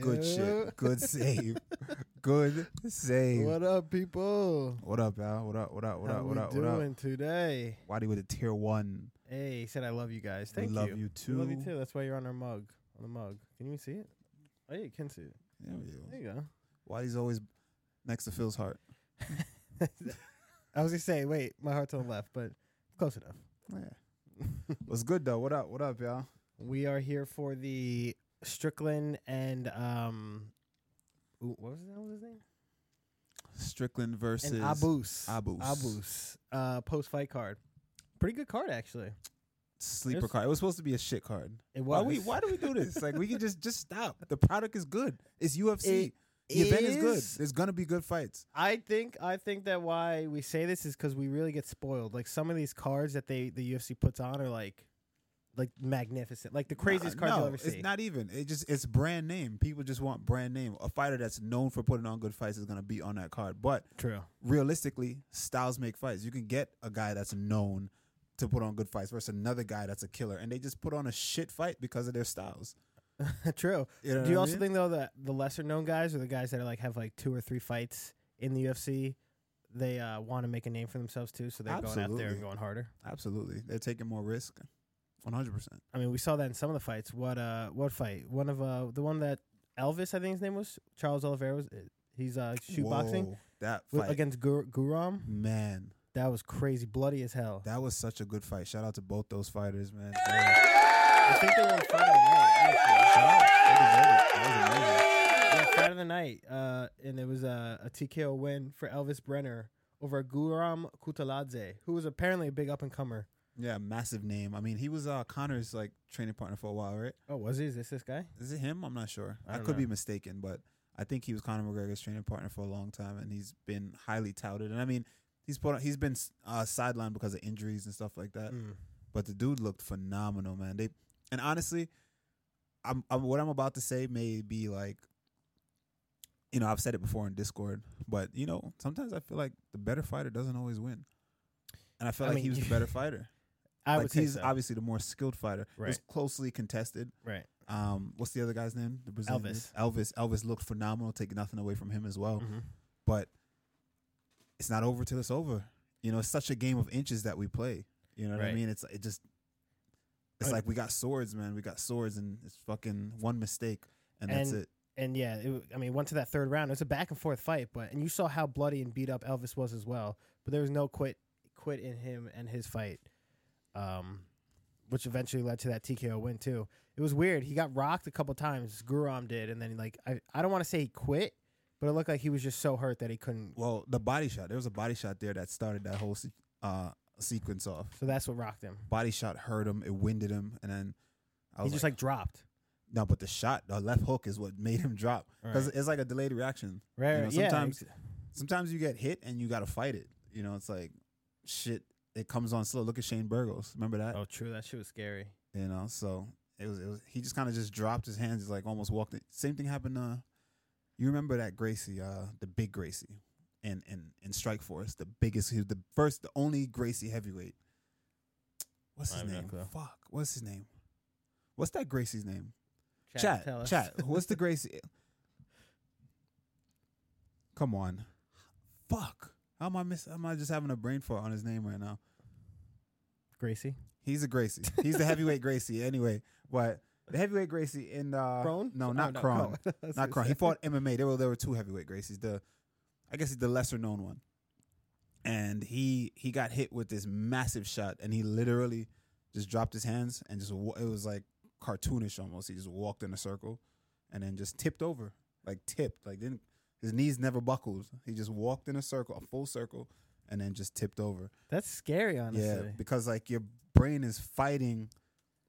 Good shit. Good save. Good save. What, What up, people? up, y'all? What up? What up? What How up? What we up? What doing up? today? Waddy with a tier one. Hey, he said I love you guys. We Thank love you. you We too. love you too. That's why you're on our mug. On the mug. Can you see it? Oh, yeah, you can see it. Yeah, we do. There you go. Waddy's always next to Phil's heart. I was gonna say, wait, my heart's on the left, but close enough. Yeah. What's good though? What up? What up, y'all? We are here for the Strickland and um, ooh, what was that? What was his name? Strickland versus And Abus. Abus. Abus. Uh, post fight card. Pretty good card actually. sleeper This- card. It was supposed to be a shit card. It Why was. we? Why do we do this? Like we can just just stop. The product is good. It's UFC. the event is good. is- There's gonna be good fights. I think I think that why we say this is because we really get spoiled. Like some of these cards that they the UFC puts on are like like magnificent, like the craziest Uh, cards no, you'll ever see. It's not even. It just it's brand name. People just want brand name. A fighter that's known for putting on good fights is gonna be on that card. But true. realistically, styles make fights. You can get a guy that's known to put on good fights versus another guy that's a killer, and they just put on a shit fight because of their styles. true. You know Do you what I also mean? think though that the lesser known guys or the guys that are like have like two or three fights in the UFC, they uh, want to make a name for themselves too, so they're going out there Absolutely. and going harder. Absolutely, they're taking more risk. One hundred percent. I mean, we saw that in some of the fights. What uh, what fight? One of uh, the one that Elvis, I think his name was Charles Oliveira was. He's uh, shoot boxing That with- fight, against Gur- Guram. man. That was crazy, bloody as hell. That was such a good fight. Shout out to both those fighters, man. I think they were on fight of the night. Shout out. They deserve it. That was amazing. actually. Yeah, fight of the night, uh, and it was a, a TKO win for Elvis Brenner over Guram Kutaladze, who was apparently a big up and comer. Yeah, massive name. I mean, he was uh, Connor's like training partner for a while, right? Oh, was he? Is this this guy? Is it him? I'm not sure. I I, don't could be know. mistaken, but I think he was Conor McGregor's training partner for a long time, and he's been highly touted. And I mean, he's put he's been uh, sidelined because of injuries and stuff like Mm. that. But the dude looked phenomenal, man. They and honestly, I'm, I'm what I'm about to say may be like, you know, I've said it before in Discord, but you know, sometimes I feel like the better fighter doesn't always win, and I felt I like he mean, was the better fighter. I like would say he's so. obviously the more skilled fighter. It was Right. closely contested. right. Um, what's the other guy's name? The Brazilian Elvis. Mm-hmm. dude? Elvis. Elvis looked phenomenal. Take nothing away from him as well. But it's not over till it's over. You know, it's such a game of inches that we play. You know what I Right. mean? It's it just. It's I- like we got swords, man. We got swords, and it's fucking one mistake, and, that's And- it. And yeah, it, w- I mean, went to that third round. It was a back and forth fight, but and you saw how bloody and beat up Elvis was as well. But there was no quit quit in him and his fight, um, which eventually led to that TKO win too. It was weird. He got rocked a couple times. Guram did, and then like I I don't want to say he quit, but it looked like he was just so hurt that he couldn't. Well, the body shot. There was a body shot there that started that whole se- uh, sequence off. So that's what rocked him. Body shot hurt him. It winded him, and then I He was just like dropped. No, but the shot, the left hook, is what made him drop because Right. it's like a delayed reaction. Right, You know, right, yeah, sometimes, ex- sometimes you get hit and you got to fight it. You know, it's like shit. It comes on slow. Look at Shane Burgos. Remember that? Oh, true. That shit was scary. You know, so it was. It was he just kind of just dropped his hands. Just like almost walked. It. Same thing happened. Uh, you remember that Gracie, uh, the big Gracie, and and and Strike Force, the biggest, he was the first, the only Gracie heavyweight. What's I his have no name? clue. Fuck. What's his name? What's that Gracie's name? Chat, chat, tell us. chat. What's the Gracie? Come on, fuck. How am I miss? How am I just having a brain fart on his name right now? Gracie. He's a Gracie. He's the heavyweight Gracie. Anyway, but the heavyweight Gracie in uh, Crone? No, Oh, not no, Crone. Crone. I was not gonna Crone. He say. fought MMA. There were there were two heavyweight Gracies. The I guess he's the lesser known one, and he he got hit with this massive shot, and he literally just dropped his hands and just wa- it was like cartoonish almost. He just walked in a circle, and then just tipped over, like tipped, like didn't his knees never buckled. He just walked in a circle, a full circle, and then just tipped over. That's scary, honestly. Yeah, because like your brain is fighting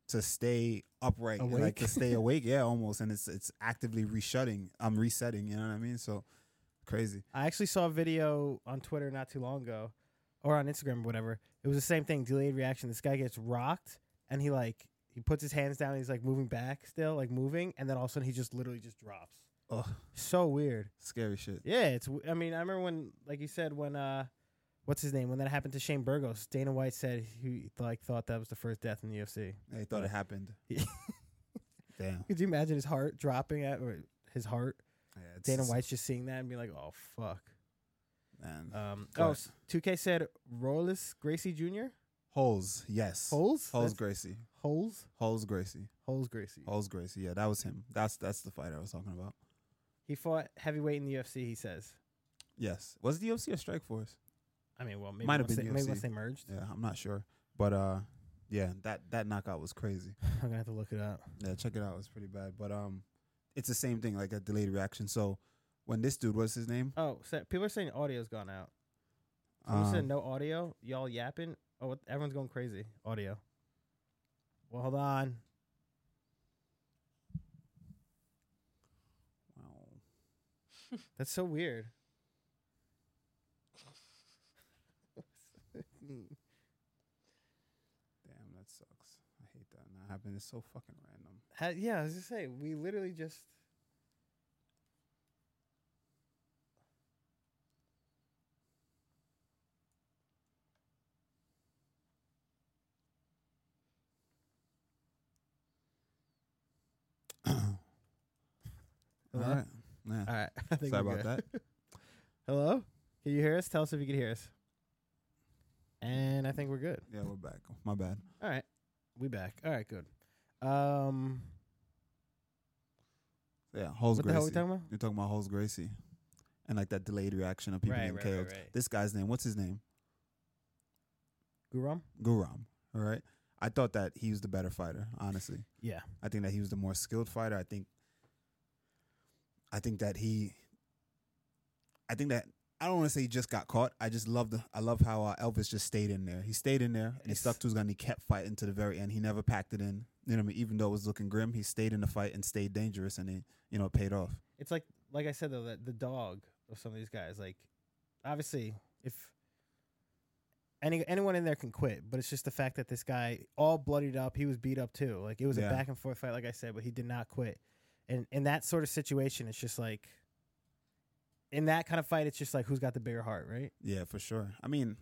to stay upright, Awake? like to stay awake. Yeah, almost, and it's it's actively reshutting. I'm resetting. You know what I mean? So crazy. I actually saw a video on Twitter not too long ago, or on Instagram, or whatever. It was the same thing, delayed reaction. This guy gets rocked, and he like he puts his hands down. And he's like moving back, still like moving, and then all of a sudden he just literally just drops. Oh, So weird. scary shit. Yeah, it's. w- I mean, I remember when, like you said, when uh, what's his name? When that happened to Shane Burgos, Dana White said he like thought that was the first death in the UFC. I thought it happened. Damn. Could you imagine his heart dropping at or his heart. Yeah, it's Dana just- White's just seeing that and being like, "Oh fuck." Man. Um, Go oh, ahead. 2K said Rollis Gracie Jr. Holes, yes. Holes. That's- Holes Gracie. Holes. Holes Gracie. Holes Gracie. Holes Gracie. Yeah, that was him. That's that's the fight I was talking about. He fought heavyweight in the UFC. He says. Yes. Was it the UFC or Strike Force? I mean, well, maybe Might have once been they, maybe UFC. once they merged. Yeah, I'm not sure. But uh yeah, that that knockout was crazy. I'm gonna have to look it up. Yeah, check it out. It was pretty bad. But um it's the same thing, like a delayed reaction. So when this dude, what's his name? Oh, so people are saying audio's gone out. Someone Um, said no audio. Y'all yapping. Oh, what, everyone's going crazy. Audio. Well, hold on. wow. That's so weird. Damn, that sucks. I hate that not happening. It's so fucking random. Ha- yeah, I was just say we literally just. All Hello? right. Yeah. All right. I think Sorry we're about good. that. Hello? Can you hear us? Tell us if you can hear us. And I think we're good. Yeah, we're back. My bad. All right. We back. All right, good. Um, Yeah, Holes what the Gracie. hell are we talking about? You're talking about Holes Gracie. And like that delayed reaction of people Right, getting right, KO'd. right, right. This guy's name, what's his name? Guram? Guram. All right. I thought that he was the better fighter, honestly. Yeah. I think that he was the more skilled fighter. I think I think that he I think that I don't want to say he just got caught. I just love the I love how uh, Elvis just stayed in there. He stayed in there and he Yes. stuck to his gun. He kept fighting to the very end. He never packed it in. You know what I mean? Even though it was looking grim, he stayed in the fight and stayed dangerous and he, you know, it paid off. It's like, like I said, though, that the dog of some of these guys, like, obviously, if any anyone in there can quit, but it's just the fact that this guy, all bloodied up, he was beat up too. Like, it was Yeah. a back and forth fight, like I said, but he did not quit. And in that sort of situation, it's just like, in that kind of fight, it's just like who's got the bigger heart, right? Yeah, for sure. I mean,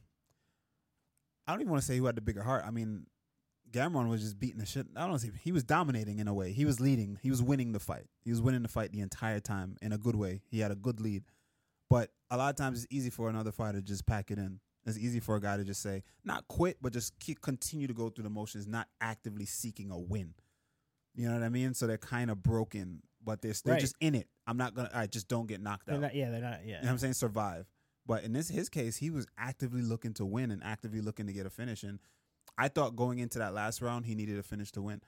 I don't even want to say who had the bigger heart. I mean, Gamron was just beating the shit. I don't see he was dominating in a way. He was leading. He was winning the fight. He was winning the fight the entire time in a good way. He had a good lead. But a lot of times it's easy for another fighter to just pack it in. It's easy for a guy to just say not quit, but just keep, continue to go through the motions, not actively seeking a win. You know what I mean? So they're kind of broken, but they're they're Right. just in it. I'm not gonna. I just don't get knocked They're out. not, yeah, they're not. You know what Yeah, I'm saying? Survive. But in this his case, he was actively looking to win and actively looking to get a finish. And I thought going into that last round, he needed a finish to win.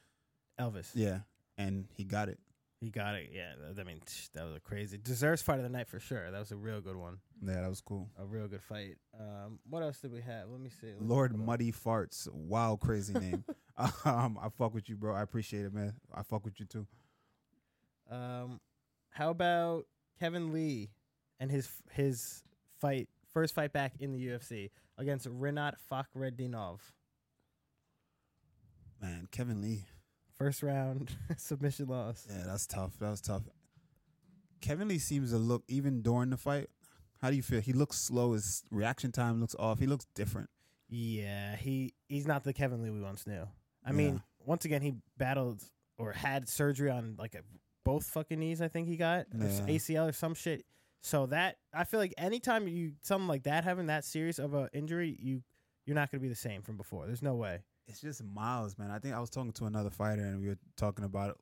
Elvis. Yeah. And he got it. He got it. Yeah, th- I mean tch, that was a crazy deserves fight of the night for sure. That was a real good one, Yeah, that was cool. a real good fight. Um, what else did we have? Let me see. Let me Lord pull it up. Muddy Farts. Wow, crazy name. um, I fuck with you, bro. I appreciate it, man. I fuck with you too. Um, how about Kevin Lee and his his fight first fight back in the UFC against Renat Fakhreddinov. Man, Kevin Lee. First round submission loss. Yeah, that's tough. That was tough. Kevin Lee seems to look even during the fight. How do you feel? He looks slow. His reaction time looks off. He looks different. Yeah, he he's not the Kevin Lee we once knew. I mean, Yeah. once again, he battled or had surgery on like a, both fucking knees. I think he got or s- Yeah. ACL or some shit. So that I feel like anytime you something like that having that serious of a injury, you you're not gonna be the same from before. There's no way. it's just miles, man. I think I was talking to another fighter and we were talking about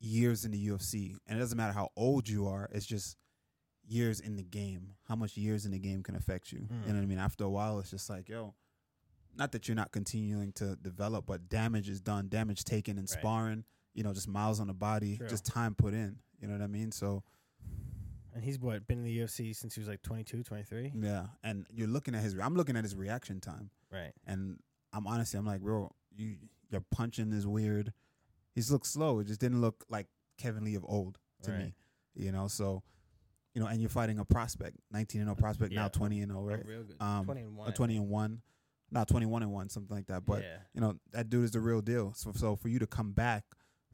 years in the UFC. And it doesn't matter how old you are, it's just years in the game. How much years in the game can affect you. Mm. You know what I mean? After a while it's just like, yo, not that you're not continuing to develop, but damage is done, damage taken in Right. sparring, you know, just miles on the body, True. just time put in. You know what I mean? So And he's what been in the UFC since he was like 22, 23? yeah. And you're looking at his I'm looking at his reaction time. Right. And I'm honestly, I'm like, bro, you your punching is weird. He's looked slow. It just didn't look like Kevin Lee of old to me. Right. You know, so you know, and you're fighting a prospect, 19 and 0 prospect now, Yeah. 20 and 0, right? real good. Um, 20 and 1. Or 20 and one, not 21 and one, something like that. But yeah. you know that dude is the real deal. So so for you to come back,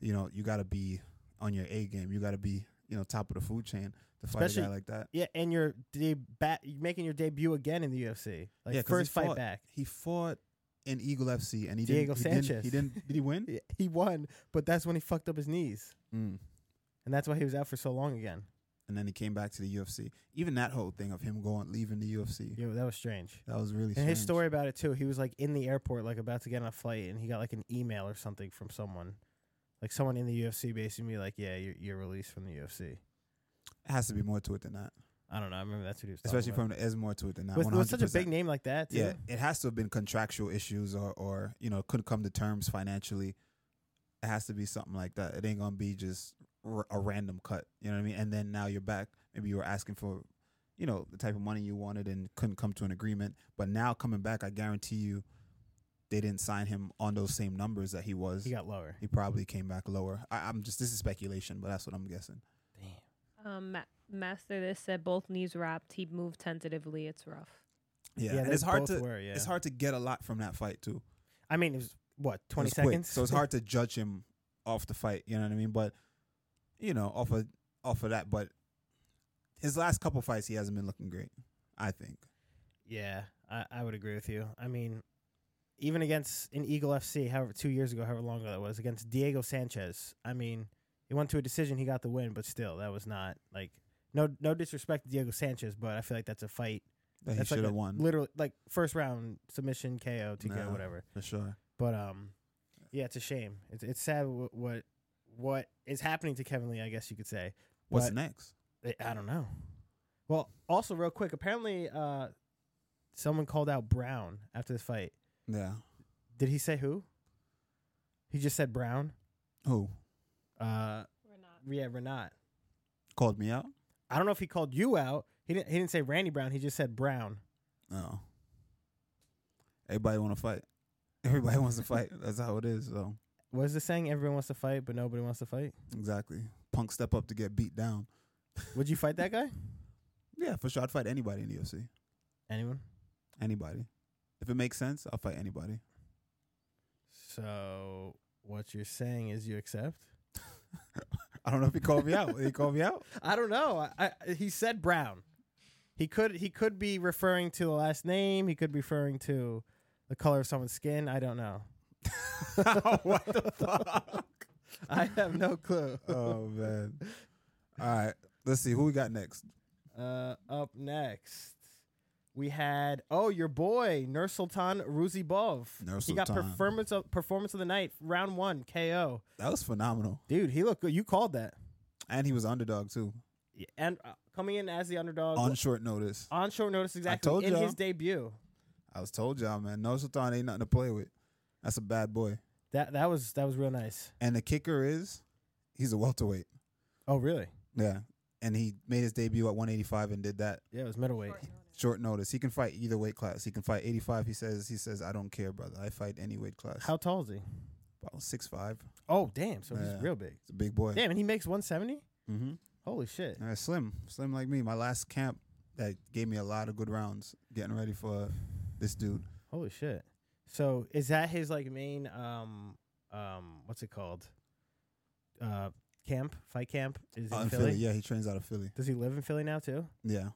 you know, you got to be on your A game. You got to be you know top of the food chain to fight a guy Especially- like that. Yeah, and you're de- bat- you're making your debut again in the UFC. Like Yeah, 'cause he first fight fought- back. He fought in Eagle FC and he Diego didn't. He Sanchez. didn't. He didn't. Did he win? He won, but that's when he fucked up his knees. Mm. And and that's why he was out for so long again. and then he came back to the UFC. Even that whole thing of him going leaving the UFC, Yo, that was strange. that was really. And strange. his story about it too, he was like in the airport, like about to get on a flight, and he got like an email or something from someone, like someone in the UFC, basically be like, "Yeah, you're, you're released from the UFC." It has to be more to it than that, I don't know. I remember that's what he was. Talking especially about. from there's more to it than that. Oh, with, with such a 100%. big name like that. Too. Yeah, it has to have been contractual issues or, or you know, couldn't come to terms financially. It has to be something like that. It ain't gonna be just r- a random cut. You know what I mean? And then now you're back. Maybe you were asking for, you know, the type of money you wanted and couldn't come to an agreement. But now coming back, I guarantee you, they didn't sign him on those same numbers that he was. he got lower. He probably came back lower. I, I'm just this is speculation, but that's what I'm guessing. Damn. Um, Ma- Master this said both knees wrapped. He moved tentatively. It's rough. Yeah, and they it's hard both to Were, yeah. it's hard to get a lot from that fight too. I mean, it was what It twenty was quick, seconds. So it's hard to judge him off the fight. You know what I mean? But you know, off of off of that, but his last couple fights, he hasn't been looking great. I think. yeah, I, I would agree with you. I mean, even against an Eagle FC, however two years ago, however long ago that was, against Diego Sanchez. I mean, it went to a decision. He got the win, but still, that was not like no no disrespect to Diego Sanchez, but I feel like that's a fight. That he that's should like have a- won Literally, like first round submission, KO, TKO, Nah. whatever. for sure. But um, yeah, it's a shame. It's it's sad what what, what is happening to Kevin Lee. I guess you could say. What's But- next? I- I don't know. Well, also real quick, apparently uh, someone called out Brown after this fight. Yeah. Did he say who? He just said Brown. Who Uh, We're not. yeah, Renat. called me out? I don't know if he called you out. He didn't. He didn't say Randy Brown. He just said Brown. No. Everybody want to fight. Everybody wants to fight. That's how it is. So What is the saying? Everyone wants to fight, but nobody wants to fight. exactly. Punk step up to get beat down. Would you fight that guy? Yeah, for sure. I'd fight anybody in the UFC. Anyone? Anybody. If it makes sense, I'll fight anybody. So what you're saying is you accept? I don't know if he called me out. Did he call me out? I don't know. I, I, he said Brown. He could he could be referring to the last name. He could be referring to the color of someone's skin. I don't know. what the fuck? I have no clue. Oh man. All right. Let's see who we got next. Uh, up next, we had oh your boy Nur Sultan Ruzibov. Nur He got Sultan. performance of performance of the night, round one KO. That was phenomenal, Dude, he looked good. You called that. and he was underdog too Yeah, And uh, coming in as the underdog on short notice. on short notice, exactly told in y'all. his debut. I was told y'all, man. No Sultan ain't nothing to play with. That's a bad boy. That that was that was real nice. And the kicker is, he's a welterweight. Oh really? Yeah, and he made his debut at 185 and did that Yeah, it was middleweight. Short notice. short notice. He can fight either weight class. He can fight 85. He says he says I don't care, brother. I fight any weight class. How tall is he? About six five. Oh, damn. So Yeah. he's real big. It's a big boy. Damn, and he makes 170? Mm-hmm. Holy shit. Uh, slim, slim like me. My last camp that gave me a lot of good rounds. Getting ready for this dude. Holy shit. So is that his like main um um what's it called? Uh camp, fight camp? Is Out in Uh, in Philly? Philly, yeah, he trains out of Philly. Does he live in Philly now too? Yeah,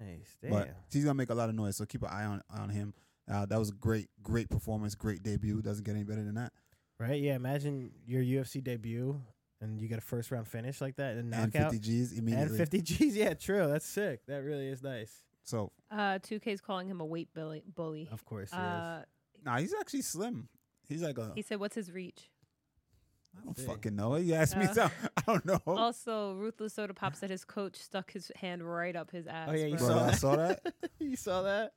Nice. Damn. but he's gonna make a lot of noise, so keep an eye on on him. Uh, that was a great, great performance, great debut. Doesn't get any better than that. right? Yeah, imagine your UFC debut and you get a first round finish like that and a And knockout. fifty G's And immediately. 50 G's, yeah, true. That's sick. That really is nice. So Uh, 2K's calling him a weight bully. bully. Of course. Uh, nah, he's actually slim. He's like a he said, "What's his reach?" I don't see. fucking know. You asked me Oh. something. I don't know. Oh. Also, ruthless soda pop said his coach stuck his hand right up his ass. Oh, yeah, you bro. Bro, saw I that. saw that. you saw that?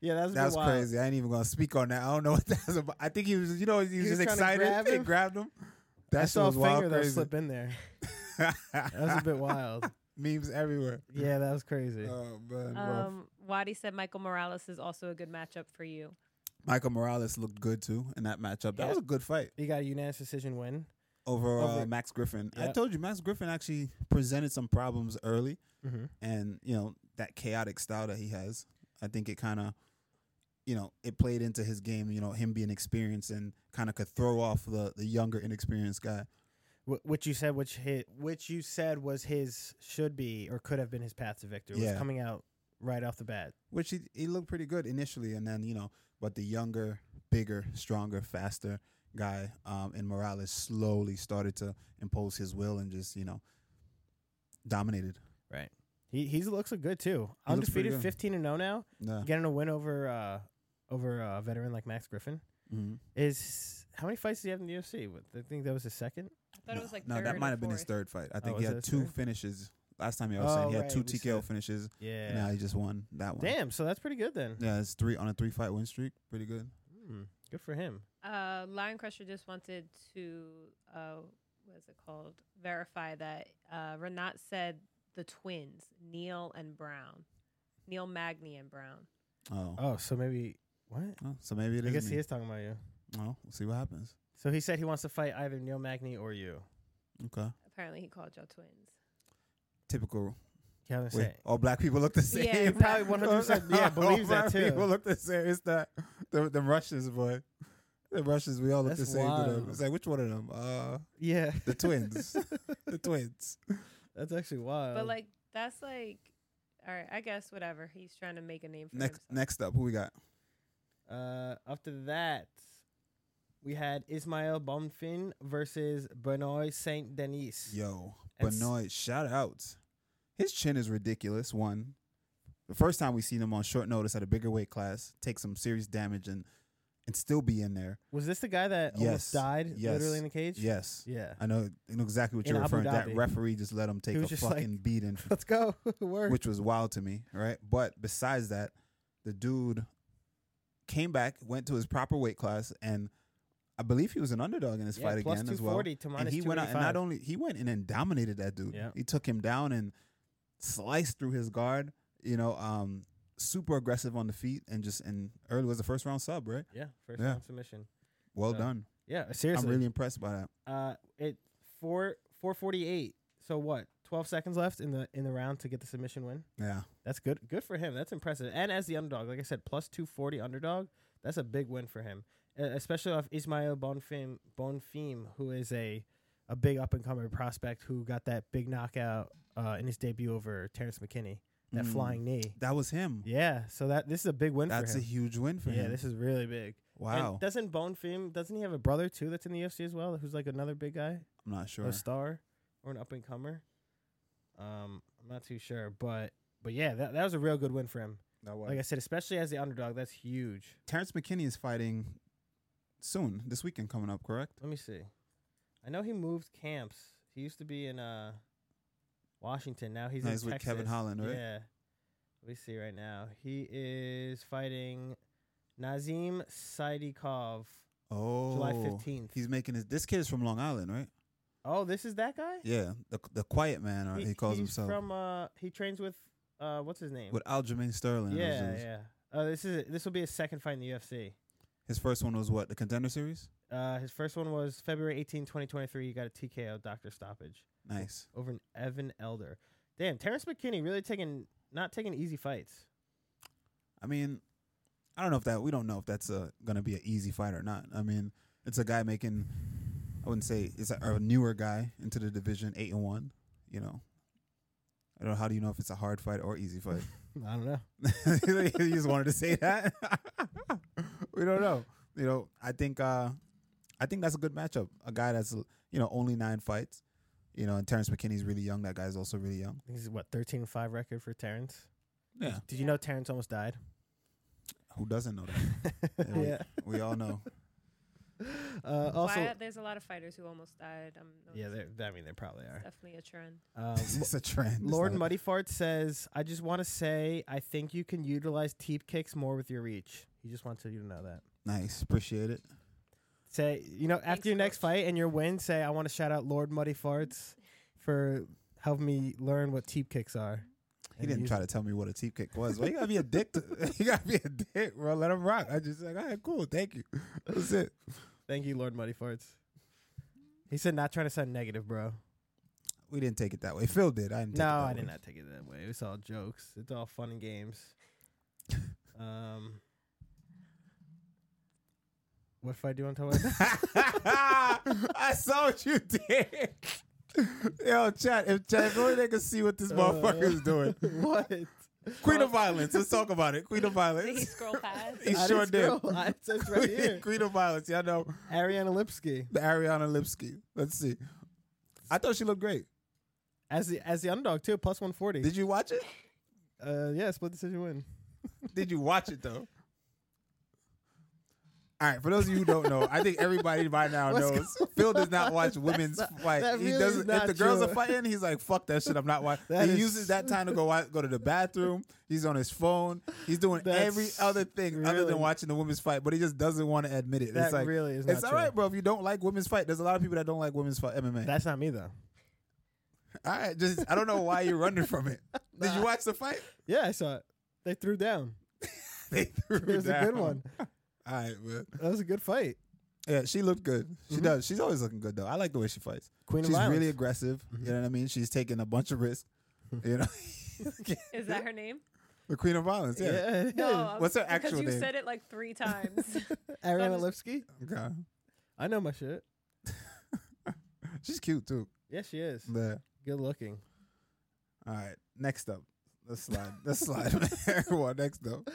Yeah, that's That's wild. crazy. I ain't even gonna speak on that. I don't know what that's about. I think he was, you know, he was, was just trying to excited. grab They him. grabbed him. I That shit saw a was wild, finger that crazy. slip in there. That was a bit wild. Memes everywhere. Yeah, that was crazy. Oh man, bro. Um, Wadi said Michael Morales is also a good matchup for you. Michael Morales looked good too in that matchup. That Yeah. was a good fight He got a unanimous decision win. over, uh, Over- Max Griffin. I Yeah. told you Max Griffin actually presented some problems early, Mm-hmm. and you know that chaotic style that he has. I think it kind of, you know, it played into his game. You know, him being experienced and kind of could throw off the the younger, inexperienced guy. Wh- which you said, which hit, which you said was his should be or could have been his path to victory. Was Yeah. coming out right off the bat. which he, he looked pretty good initially, and then you know, but the younger, bigger, stronger, faster guy, um, and Morales slowly started to impose his will and just you know dominated. He he looks good too. He looks pretty Undefeated, good. fifteen and zero now, Yeah. getting a win over uh over a veteran like Max Griffin. hmm Is how many fights did he have in the UFC? What, I think that was his second. I thought it was like no, third that or might have been his third fourth. fight. I think Oh, was he it his had two third? finishes. Last time I was saying Oh, he had right, two we TKO said. finishes. And now Yeah. he just won that one. Damn. So that's pretty good then. Yeah, it's three on a three fight win streak. Pretty good. Hmm, good for him. Uh, Lion Crusher just wanted to, uh, what is it called? Verify that uh, Renat said the twins, Neil and Brown. Neil Magny and Brown. Oh, Oh, so maybe what? Oh, so maybe it I is. guess me. he is talking about you. Oh, we'll see what happens. So he said he wants to fight either Neil Magny or you. Okay, Apparently he called y'all twins. typical. Kevin Wait, say all black people look the same. Yeah, he probably one hundred percent yeah believes all that black too. People look the same. It's that the the Russians, boy. The Russians, we all look That's the same to them. wild. It's like which one of them? Uh, yeah, the twins. the twins. that's actually wild. Uh, but like that's like, all right, I guess whatever. He's trying to make a name for Next, himself. next up, who we got? Uh, after that, we had Ismail Bonfin versus Benoit Saint Denis. Yo, And s- Benoit, shout outs. His chin is ridiculous. One, the first time we seen him on short notice at a bigger weight class, take some serious damage and and still be in there. Was this the guy that Yes. almost died Yes. literally in the cage? Yes, Yeah. I know, I know exactly what In you're Abu referring. to. That Dhabi. referee just let him take was a just like- fucking beating, Let's go. Work. which was wild to me, right? But besides that, the dude came back, went to his proper weight class, and I believe he was an underdog in this yeah, fight plus again as well. 240 to minus and he went out and not only he went in and dominated that dude. Yeah. He took him down and sliced through his guard. You know, um, super aggressive on the feet and just and early was the first round sub, right? yeah, first Yeah. round submission. Well So, done. Yeah, seriously. I'm really impressed by that. uh, it four four forty eight. So what? Twelve seconds left in the in the round to get the submission win. Yeah, That's good. Good for him. That's impressive. And as the underdog, like I said, plus two forty underdog. That's a big win for him, uh, especially off Ismail Bonfim, Bonfim, who is a a big up and coming prospect who got that big knockout uh, in his debut over Terrence McKinney, that Mm. flying knee. That was him. Yeah. So that this is a big win That's for a him. huge win for yeah, him. this is really big. And wow. doesn't Bonfim? Doesn't he have a brother too? That's in the UFC as well, who's like another big guy I'm not sure. a star or an up and comer. Um, I'm not too sure, but but yeah, that, that was a real good win for him. That Like I said, especially as the underdog, that's huge. Terrence McKinney is fighting soon this weekend coming up, correct? Let me see. I know he moved camps. He used to be in uh Washington. Now he's No, in he's with Texas. Kevin Holland, right? Yeah. Let me see right now. He is fighting Nazim Saidikov Oh, July 15th. He's making his. This kid is from Long Island, right? oh, this is that guy? Yeah, the the quiet man, or he, calls he's himself from uh he trains with uh what's his name? with Aljamain Sterling. those Yeah, dudes. yeah. Uh, this is this will be his second fight in the UFC. His first one was what the contender series. Uh, his first one was February 18, 2023. He got a TKO doctor stoppage Nice. over an Evan Elder. Damn, Terrence McKinney really taking not taking easy fights. I mean, I don't know if that we don't know if that's uh gonna be an easy fight or not. I mean, it's a guy making. I wouldn't say it's a, a newer guy into the division, eight and one. You know, I don't know how do you know if it's a hard fight or easy fight. I don't know. you just wanted to say that. we don't know. You know, I think uh I think that's a good matchup. A guy that's you know only nine fights. You know, and Terrence McKinney's really young. That guy's also really young. I think this is what 13 and 5 record for Terrence. Yeah. Did you know Terrence almost died? Who doesn't know that? Yeah, we- We all know. Uh, also, Why, there's a lot of fighters who almost died. I'm yeah, noticing. there- I mean, there probably It's are. definitely a trend. Um, This is a trend. It's Lord not a- Muddy Fart says, I just want to say, I think you can utilize teep kicks more with your reach. He just wants you to know that. Nice. Appreciate it. Say, you know, Thanks, after your next coach. fight and your win, say, I want to shout out Lord Muddy Farts for helping me learn what teep kicks are. He didn't try to tell me what a teep kick was. Well, you gotta be a dick. To, you gotta be a dick, bro. Let him rock. I just like, all right, cool. Thank you. That's it. Thank you, Lord Muddy Farts. He said, not trying to sound negative, bro. We didn't take it that way. Phil did. I didn't. Take no, it that I way. did not take it that way. It's all jokes. It's all fun and games. um, what fight do you want to talk about? I saw what you did. Uh. Yo, chat. If chat, if only they could see what this motherfucker is doing. what? Queen of Violence. Let's talk about it. Queen of Did he Violence. scroll past? He I sure didn't did. scroll. I- It says right here. Queen of Violence. Y'all know Ariana Lipsky the Ariana Lipsky. Let's see. I thought she looked great. as the as the underdog too, plus one forty. Did you watch it? Uh, yeah, split decision win. Did you watch it though? All right, for those of you who don't know, I think everybody by now What's knows Phil does not watch women's fight. that he really doesn't. is If the not girls are true. fighting, he's like, "Fuck that shit, I'm not watching." That he is- uses that time to go out, go to the bathroom. He's on his phone. He's doing That's every other thing other really- than watching the women's fight, but he just doesn't want to admit it. That it's like really is not it's all true. right, bro. If you don't like women's fight, there's a lot of people that don't like women's fight MMA. That's not me though. all right, just I don't know why you're running from it. Did you Nah. watch the fight? Yeah, I saw it. They threw down. They threw It was a down. good one. All right, man. That was a good fight. Yeah, she looked good. She Mhm. does. She's always looking good though. I like the way she fights. Queen She's of Violence. really aggressive. Mhm. You know what I mean? She's taking a bunch of risks. You know, Is that her name? the Queen of Violence. Yeah. yeah. it No. I was- What's her Because actual you name? said it like three times. is. Ariana just- Lipsky. Okay. I know my shit. She's cute too. Yeah, she is. Yeah. Good looking. All right. Next up, let's slide. Let's slide. well, next up.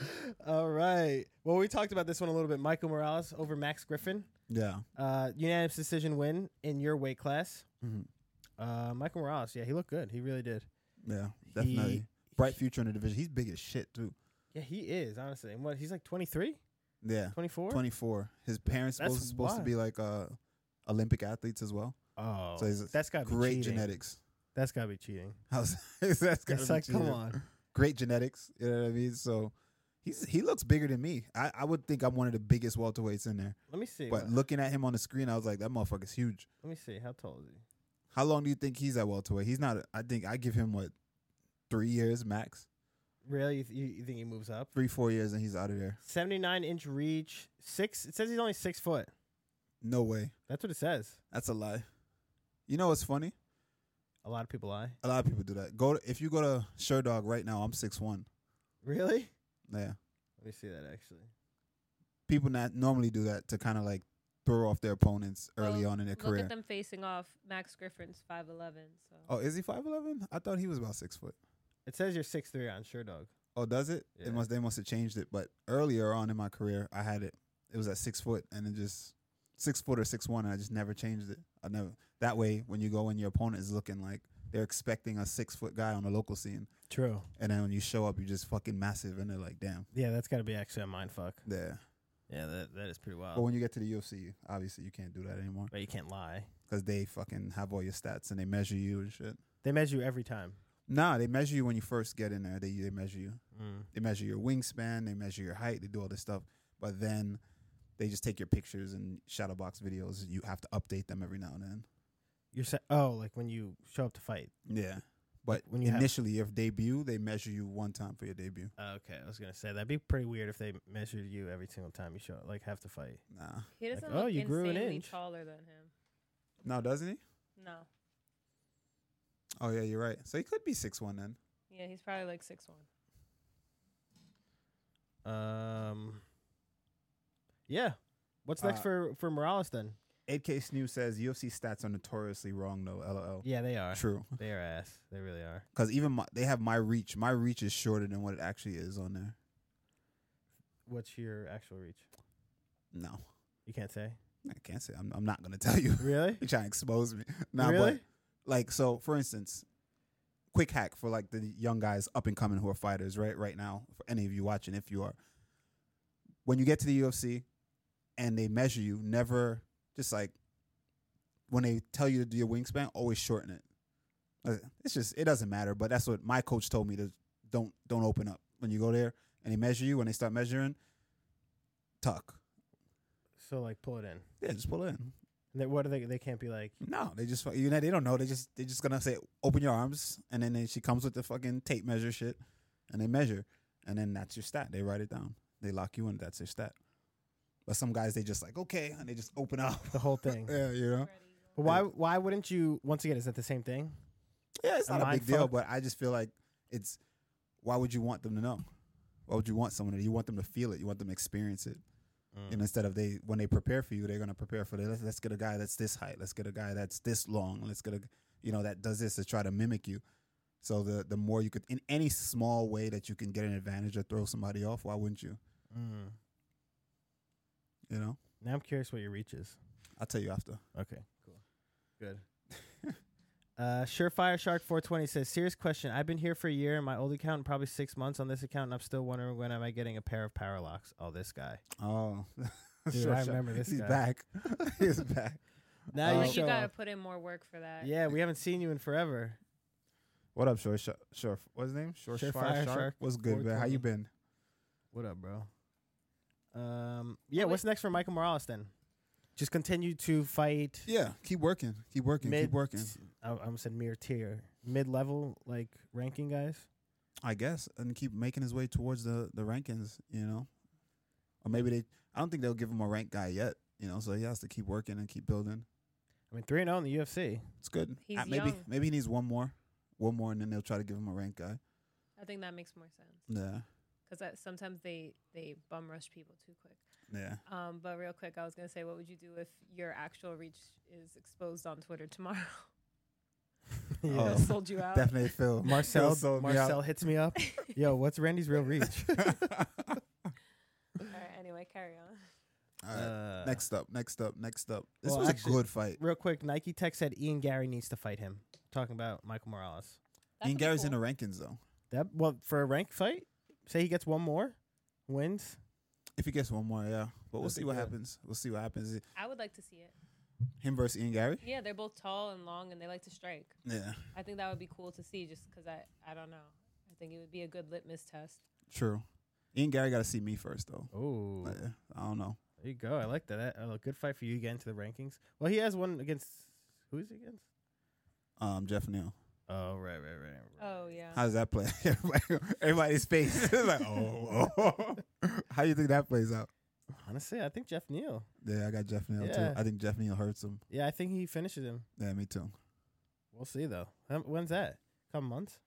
All right. Well, we talked about this one a little bit. Michael Morales over Max Griffin. Yeah. Uh, unanimous decision win in your weight class. Mhm. Uh, Michael Morales. Yeah, he looked good. He really did. Yeah. Definitely. He- Bright future in the division. He's big as shit too. Yeah, he is honestly. And what? He's like 23, Yeah. 24? Twenty four. His parents That's supposed supposed to why. be like uh, Olympic athletes as well. Oh, So he's that's gotta be Great cheating. genetics. That's gotta be cheating. How's that's gotta It's be like, come cheating. on. great genetics. You know what I mean? So he's he looks bigger than me. I, I would think I'm one of the biggest welterweights in there. Let me see. But What, looking at him on the screen, I was like, that motherfucker's huge. let me see. How tall is he? How long do you think he's at welterweight? He's not. I think I give him what three years max, Really? You, th- you, you think he moves up? three four years, and he's out of there. 79 inch reach. Six. It says he's only six foot. No way. That's what it says. That's a lie. You know what's funny? A lot of people lie. A lot of people do that. Go to, if you go to Sure Dog right now. I'm six one. Really? Yeah, Let me see that actually. people not normally do that to kind of like throw off their opponents early Oh, Well, on in their Look career. at them facing off. Max Griffin's five eleven. So Oh, is he five eleven? I thought he was about six foot. It says you're six three on Sure Dog. Oh, does it? Yeah. It must. They must have changed it. But earlier on in my career, I had it. It was at six foot, and it just six foot or six one, and I just never changed it. I never. That way, when you go and your opponent is looking like they're expecting a six foot guy on the local scene, True. and then when you show up, you're just fucking massive, and they're like, damn, Yeah, that's got to be actually a mind fuck. yeah. Yeah, that that is pretty wild. But when you get to the UFC, obviously you can't do that anymore but you can't lie. because they fucking have all your stats and they measure you and shit. They measure you every time. Nah, they measure you when you first get in there. They they measure you. Mm. they measure your wingspan, they measure your height, they do all this stuff. But then they just take your pictures and shadow box videos. You have to update them every now and then. You're sa- oh, like when you show up to fight. Yeah. But When you have- initially, your debut, they measure you one time for your debut. Okay, I was gonna say that'd be pretty weird if they measured you every single time you show up, like have to fight. Nah. he Like, doesn't oh, look you grew an insanely inch. taller than him. No, doesn't he? No. Oh, yeah, you're right. So he could be six one then. Yeah, he's probably like six one. Um, yeah. What's next Uh, for for Morales then? 8K Snoo says UFC stats are notoriously wrong, though. LOL. Yeah, they are. True. They are ass. They really are. Because even my, they have my reach. My reach is shorter than what it actually is on there. What's your actual reach? No, You can't say. I can't say. I'm, I'm not going to tell you. Really? You're trying to expose me. Nah, really? but like so for instance quick hack for like the young guys up and coming who are fighters right right now for any of you watching if you are when you get to the UFC and they measure you never just like when they tell you to do your wingspan always shorten it Uh, it's just it doesn't matter but that's what my coach told me to don't don't open up when you go there and they measure you when they start measuring tuck so like pull it in. And yeah just pull in they, what are they? They can't be like. no, they just fu- you know they don't know. They just they just gonna say open your arms, and then they, she comes with the fucking tape measure shit, and they measure, and then that's your stat. They write it down. They lock you in. That's your stat. But some guys they just like okay, and they just open up. The whole thing. yeah, you know. But why? Why wouldn't you? Once again, is that the same thing? Yeah, it's A not a mind big deal, fuck. but I just feel like it's. Why would you want them to know? Why would you want someone to? You want them to feel it. You want them to experience it. And instead of they when they prepare for you, they're gonna prepare for let's, let's get a guy that's this height, let's get a guy that's this long, let's get a you know that does this to try to mimic you. So the the more you could, in any small way that you can get an advantage or throw somebody off, why wouldn't you? Mm. You know, Now I'm curious what your reach is. I'll tell you after. Okay, cool. Good. uh, Surefire Shark 420 says, Serious question. I've been here for a year, and my old account, and probably six months on this account, and I'm still wondering when am I getting a pair of power locks? Oh, this guy. Oh, Dude, I remember this He's guy. back. He's back. Now Oh. I you think you show gotta up. put in more work for that. Yeah, we haven't seen you in forever. What up, Short? Sh- Short? What's his name? Short Surefire Fire Shark. Shark What's good, man? How 420. you been? What up, bro? Um, yeah, Oh, what's next for Michael Morales then? Just continue to fight. Yeah, keep working. Keep working. mid- keep working. I, I almost said mere tier, mid level like ranking guys. I guess, and keep making his way towards the the rankings. You know, or maybe they. I don't think they'll give him a rank guy yet. You know, so he has to keep working and keep building. I mean, three and zero in the UFC. It's good. He's Uh, maybe young. maybe he needs one more, one more, and then they'll try to give him a rank guy. I think that makes more sense Yeah, because sometimes they they bum rush people too quick. yeah. Um, but real quick, I was gonna say, what would you do if your actual reach is exposed on Twitter tomorrow? Oh. I Yeah. sold you out. Definitely Phil. Marcel Phil sold me out. Marcel hits me up. Yo, what's Randy's real reach? All right, anyway, carry on. All right. Uh, next up. Next up. Next up. This well, was actually- a good fight. real quick, Nike Tech said Ian Gary needs to fight him. Talking about Michael Morales. That And could be Gary's cool. in the rankings though. That well for a rank fight. Say he gets one more, wins. If he gets one more, yeah. But we'll That'd see be what good. happens. We'll see what happens. I would like to see it. Him versus Ian Gary. Yeah, they're both tall and long, and they like to strike. Yeah. I think that would be cool to see, just 'cause I I don't know. I think it would be a good litmus test. True. Ian Gary got to see me first though. Oh, Yeah, I don't know. there you go. I like that. Uh, good fight for you to get into the rankings. Well, he has one against who is he against? Um, Jeff Neal. Oh, right, right, right. right. Oh yeah. How does that play? Everybody, everybody's face. It's like, oh, oh. how you think that plays out? Oh. Honestly, I think Jeff Neal. Yeah, I got Jeff Neal Yeah. too. I think Jeff Neal hurts him. Yeah, I think he finishes him. Yeah, me too. We'll see though. Um, When's that? Couple months.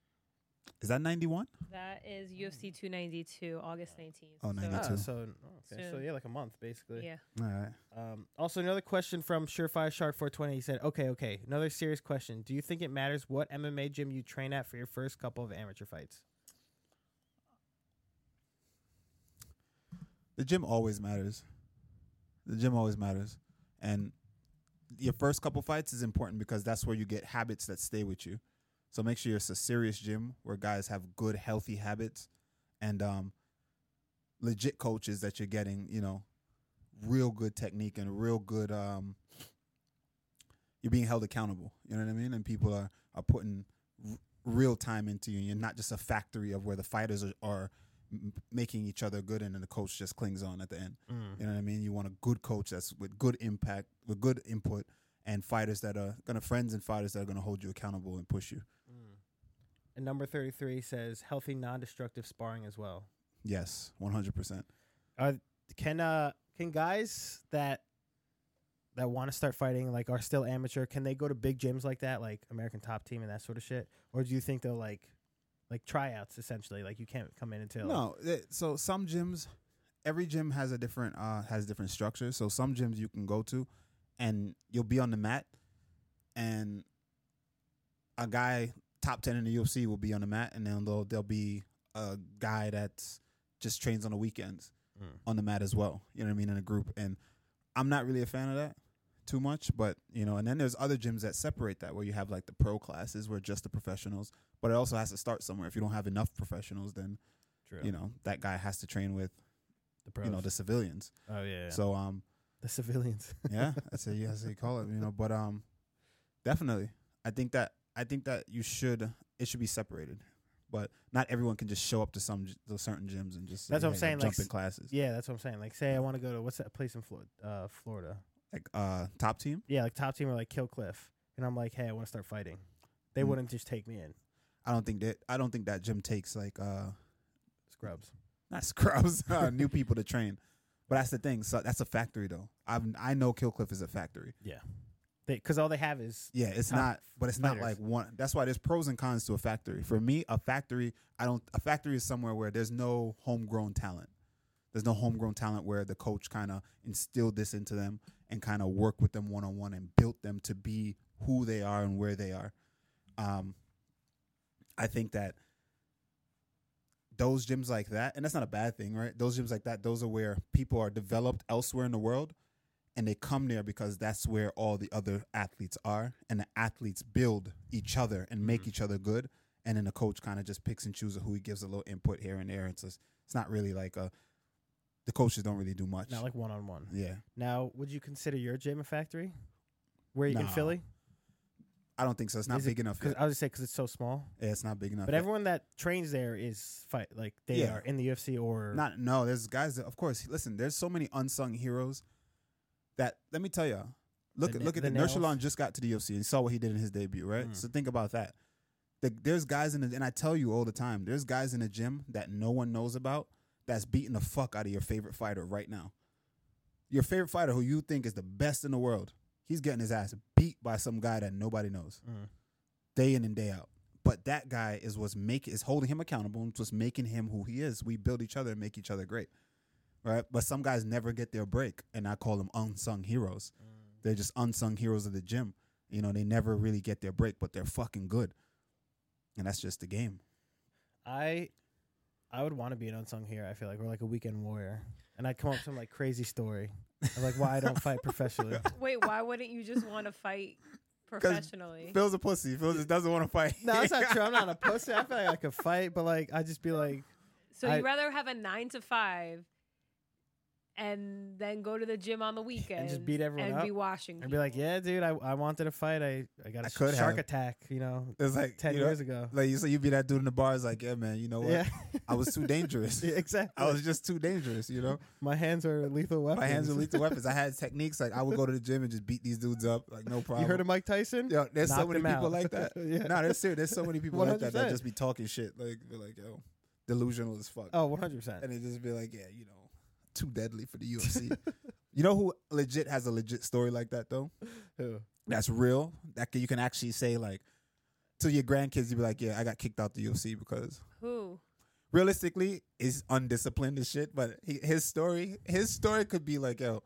Is that ninety one? That Hmm. is UFC 292, August 19th. Oh, So- 92. Me Ah, too. so oh, okay, so Uh, Soon. yeah, like a month basically. yeah. All right. Um, also, another question from Surefire Shark 420. He said, "Okay, okay. Another serious question. Do you think it matters what MMA gym you train at for your first couple of amateur fights? the gym always matters. The gym always matters, and your first couple fights is important because that's where you get habits that stay with you. So make sure it's a serious gym where guys have good, healthy habits, and um, legit coaches that you're getting. You know, real good technique and real good. Um, you're being held accountable. You know what I mean? And people are are putting r- real time into you. And you're not just a factory of where the fighters are. are m- making each other good and then the coach just clings on at the end. Mm. You know what I mean? You want a good coach that's with good impact, with good input and fighters that are going to friends and fighters that are going to hold you accountable and push you. And number 33 says healthy, non-destructive sparring as well. Yes, 100%. Are can uh can guys that that want to start fighting like are still amateur? Can they go to big gyms like that, like American Top Team and that sort of shit? Or do you think they'll like like tryouts essentially? Like you can't come in until No, th- so some gyms every gym has a different uh has different structure. So some gyms you can go to and you'll be on the mat and a guy top 10 in the UFC will be on the mat and then they'll there'll be a guy that's just trains on the weekends. Mm. on the mat as well. You know what I mean in a group, and I'm not really a fan of that too much. But you know, and then there's other gyms that separate that where you have like the pro classes where just the professionals, but it also has to start somewhere. If you don't have enough professionals, then True. you know that guy has to train with the pros. you know the civilians. oh yeah. So So um, the civilians. yeah, that's how you, that's how you call it, you know. But um, definitely, I think that I think that you should it should be separated. But not everyone can just show up to some g- to certain gyms and just say, That's what I'm "Hey, saying, like Jump in s- classes Yeah, that's what I'm saying. Like, say I want to go to what's that place in Florida? Uh, Florida. like uh top team. Yeah, like top team or like Kill Cliff, and I'm like, hey, I want to start fighting. They Mm. wouldn't just take me in. I don't think that I don't think that gym takes like uh Scrubs. not scrubs uh, new people to train. But that's the thing. So that's a factory though. I have I know Killcliff is a factory. They because all they have is Yeah, it's Top not but it's not fighters. like one that's why there's pros and cons to a factory. For me, a factory I don't a factory is somewhere where there's no homegrown talent. There's no homegrown talent where the coach kind of instilled this into them and kind of worked with them one on one and built them to be who they are and where they are. Um, I think that those gyms like that, and that's not a bad thing, right? Those gyms like that, those are where people are developed elsewhere in the world and they come there because that's where all the other athletes are and the athletes build each other and make Mm-hmm. Mhm. each other good and then the coach kind of just picks and chooses who he gives a little input here and there it's just, it's not really like a the coaches don't really do much Not like one on one. yeah Now, would you consider your gym a factory? Where you in No. Philly? i don't think so it's not Is it- big enough Because yet. I was just say because it's so small. yeah it's not big enough But yet. everyone that trains there is fight like they Yeah. are in the UFC or Not no. There's guys. That, of course, listen. There's so many unsung heroes that let me tell you. Look The at na- look at the the Nurchalon nails. just got to the UFC and saw what he did in his debut, right? Mm. So think about that. The, there's guys in the and I tell you all the time. There's guys in the gym that no one knows about that's beating the fuck out of your favorite fighter right now. Your favorite fighter who you think is the best in the world, he's getting his ass beat by some guy that nobody knows Mm. day in and day out. But that guy is what's make is holding him accountable and what's making him who he is. We build each other and make each other great. Right? But some guys never get their break and I call them unsung heroes. They're just unsung heroes of the gym. You know, they never really get their break, but they're fucking good. And that's just the game. I I would want to be an unsung hero. I feel like we're like a weekend warrior, and I'd come up with some like crazy story of like why I don't fight professionally. Wait, why wouldn't you just want to fight professionally? Phil's a pussy. Phil just doesn't want to fight. No, that's not true. I'm not a pussy. I feel like I could fight, but like I'd just be like, So I- you'd rather have a nine to five and then go to the gym on the weekend beat everyone and up? be washing. I'd be like, people. yeah, dude, I, I wanted to fight. I I got a I could shark have. attack, you know, It's like ten you know, years ago. Like you say you be that dude in the bars like, yeah man, you know what? yeah, I was too dangerous. Yeah, exactly. I was just too dangerous, you know? My hands are lethal weapons. My hands are lethal weapons. I had techniques like I would go to the gym and just beat these dudes up, like no problem. You heard of Mike Tyson? Yo, there's so Knocked many him people out. like that. Yeah. No, there's serious. There's so many people like that that 100%. just be talking shit, like be like, yo, delusional as fuck, Oh, 100 percent. and they just be like, yeah, you know, too deadly for the UFC. you know who legit has a legit story like that though? That's real. That can, you can actually say like to your grandkids, you be like, yeah, I got kicked out the UFC because who? realistically is undisciplined as shit. But he, his story, his story could be like, yo,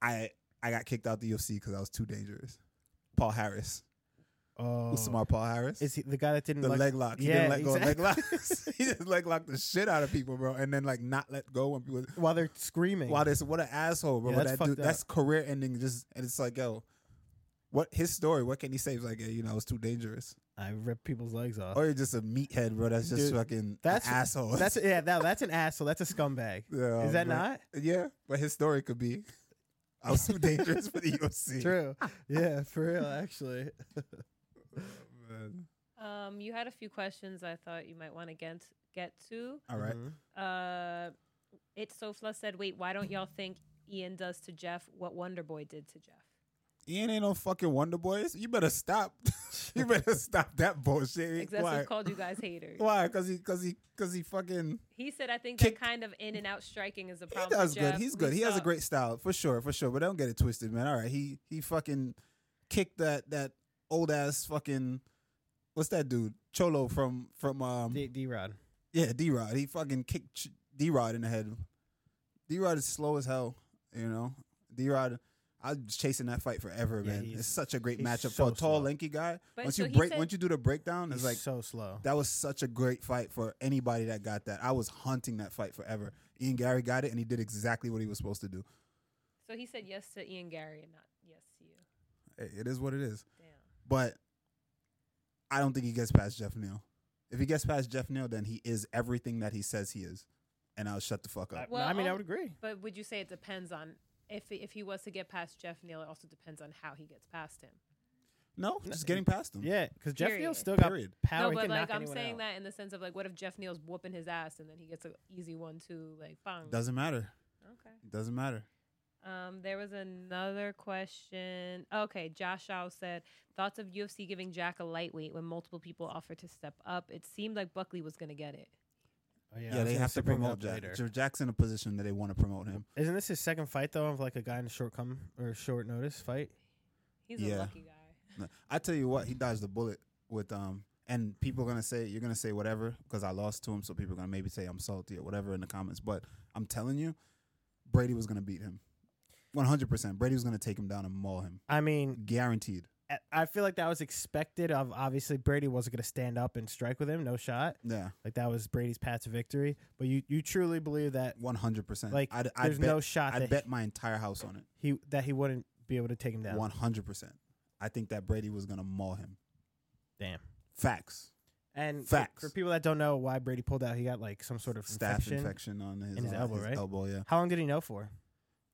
I I got kicked out the UFC because I was too dangerous. Paul Harris, Oh, Usamar Paul Harris, is he the guy that didn't the like? leg lock. He Yeah, didn't let go of leg exactly. locks. he just leg locked the shit out of people, bro, and then like not let go when people. while they're screaming. Wow, this what an asshole, bro. Yeah, But that's that dude, fucked up. that's career ending. Just and it's like, yo, what his story? What can he say? He's like, yeah, you know, I was too dangerous, I rip people's legs off. or you're just a meathead, bro. That's Uh, just Dude, fucking that's- an asshole. That's yeah. Now that's an asshole. That's a scumbag. Yeah, Is that bro. not Yeah, but his story could be I was too dangerous for the UFC. true? Yeah, for real. Actually, Oh, Man. Um, you had a few questions I thought you might want to get get to. All right. Mhm. Uh, it's Sofla said, "Wait, why don't y'all think Ian does to Jeff what Wonder Boy did to Jeff?" Ian ain't no fucking Wonder Boys. You better stop. Mm-hmm. you better stop that bullshit. Why? Excessive called you guys haters. Why? Because he, because he, because he fucking. He said, "I think Kick- that kind of in and out striking is a He problem." does with Jeff. good. He's We good. He has a saw- great style for sure, for sure. But don't get it twisted, man. All right, he he fucking kicked that that old ass fucking what's that dude Cholo from from um D, D- Rod. Yeah, D Rod. He fucking kicked Ch- D Rod in the head. D Rod is slow as hell. You know, D Rod. I was chasing that fight forever, Yeah, man. he's- It's such a great he's so matchup for a tall, slow. lanky guy. But once so you he break, said- once you do the breakdown, it's He's like so slow. that was such a great fight for anybody that got that. I was hunting that fight forever. Ian Gary got it, and he did exactly what he was supposed to do. So he said yes to Ian Gary and not yes to you. It it is what it is. Damn. But I don't think he gets past Jeff Neal. If he gets past Jeff Neal, then he is everything that he says he is. And I'll shut the fuck up. I, Well, I mean, I um, would agree. But would you say it depends on if if he was to get past Jeff Neal? It also depends on how he gets past him. No, just getting past him. Yeah, because Jeff Period. Neal still got Period. power. no, he but can like knock I'm anyone saying out. that in the sense of like, what if Jeff Neal's whooping his ass and then he gets an easy one too, like bang. Doesn't matter. okay. Doesn't matter. Um, there was another question. Okay, Josh Shaw said thoughts of UFC giving Jack a lightweight when multiple people offered to step up. It seemed like Buckley was gonna get it. Oh, Yeah, I was they gonna have say to bring it promote up Jack. later. Jer- Jack's in a position that they want to promote him. Isn't this his second fight though of like a guy in a short come or short notice fight? He's Yeah. a lucky guy. No, I tell you what, he dodged the bullet with um, and people are gonna say you're gonna say whatever because I lost to him, so people are gonna maybe say I'm salty or whatever in the comments. But I'm telling you, Brady was gonna beat him, 100. percent Brady was gonna take him down and maul him, I mean, guaranteed. I- I feel like that was expected. Of obviously Brady wasn't going to stand up and strike with him, no shot. Yeah, Like that was Brady's path to victory. But you you truly believe that one hundred percent. like Uh, I'd, I'd there's bet, no shot I that bet my entire house on it. he that he wouldn't be able to take him down. One hundred percent. I think that Brady was gonna maul him. Damn. Facts. And for- Facts. for people that don't know why Brady pulled out, he got like some sort of Staff infection. infection, on his, in his uh, elbow, right? Elbow, yeah. How long did he know for?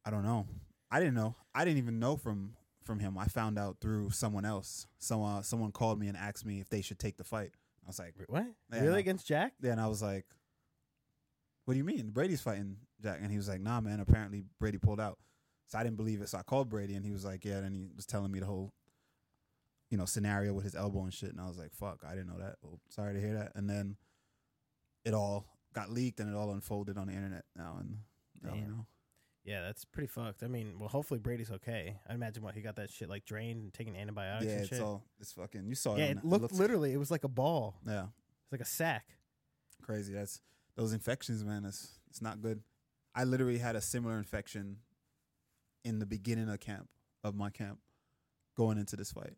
I don't know. I didn't know. I didn't even know from from him. I found out through someone else. So uh, someone called me and asked me if they should take the fight. I was like, Re- What? Yeah, really no. against Jack? then I was like, "What do you mean? Brady's fighting Jack?" And he was like, "Nah, man. Apparently Brady pulled out." So I didn't believe it. So I called Brady, and he was like, "Yeah." And he was telling me the whole, you know, scenario with his elbow and shit. And I was like, "Fuck, I didn't know that." Well, sorry to hear that. And then it all got leaked, and it all unfolded on the internet now. And I Damn. don't know. Yeah, that's pretty fucked. I mean, well, hopefully Brady's okay. I imagine what he got that shit like drained and taking antibiotics yeah, and it's shit. all it's fucking. You saw yeah, it. on- it looked looks- literally it was like a ball. Yeah, It's like a sack. crazy. That's those infections, man. It's it's not good. I literally had a similar infection in the beginning of camp of my camp, going into this fight.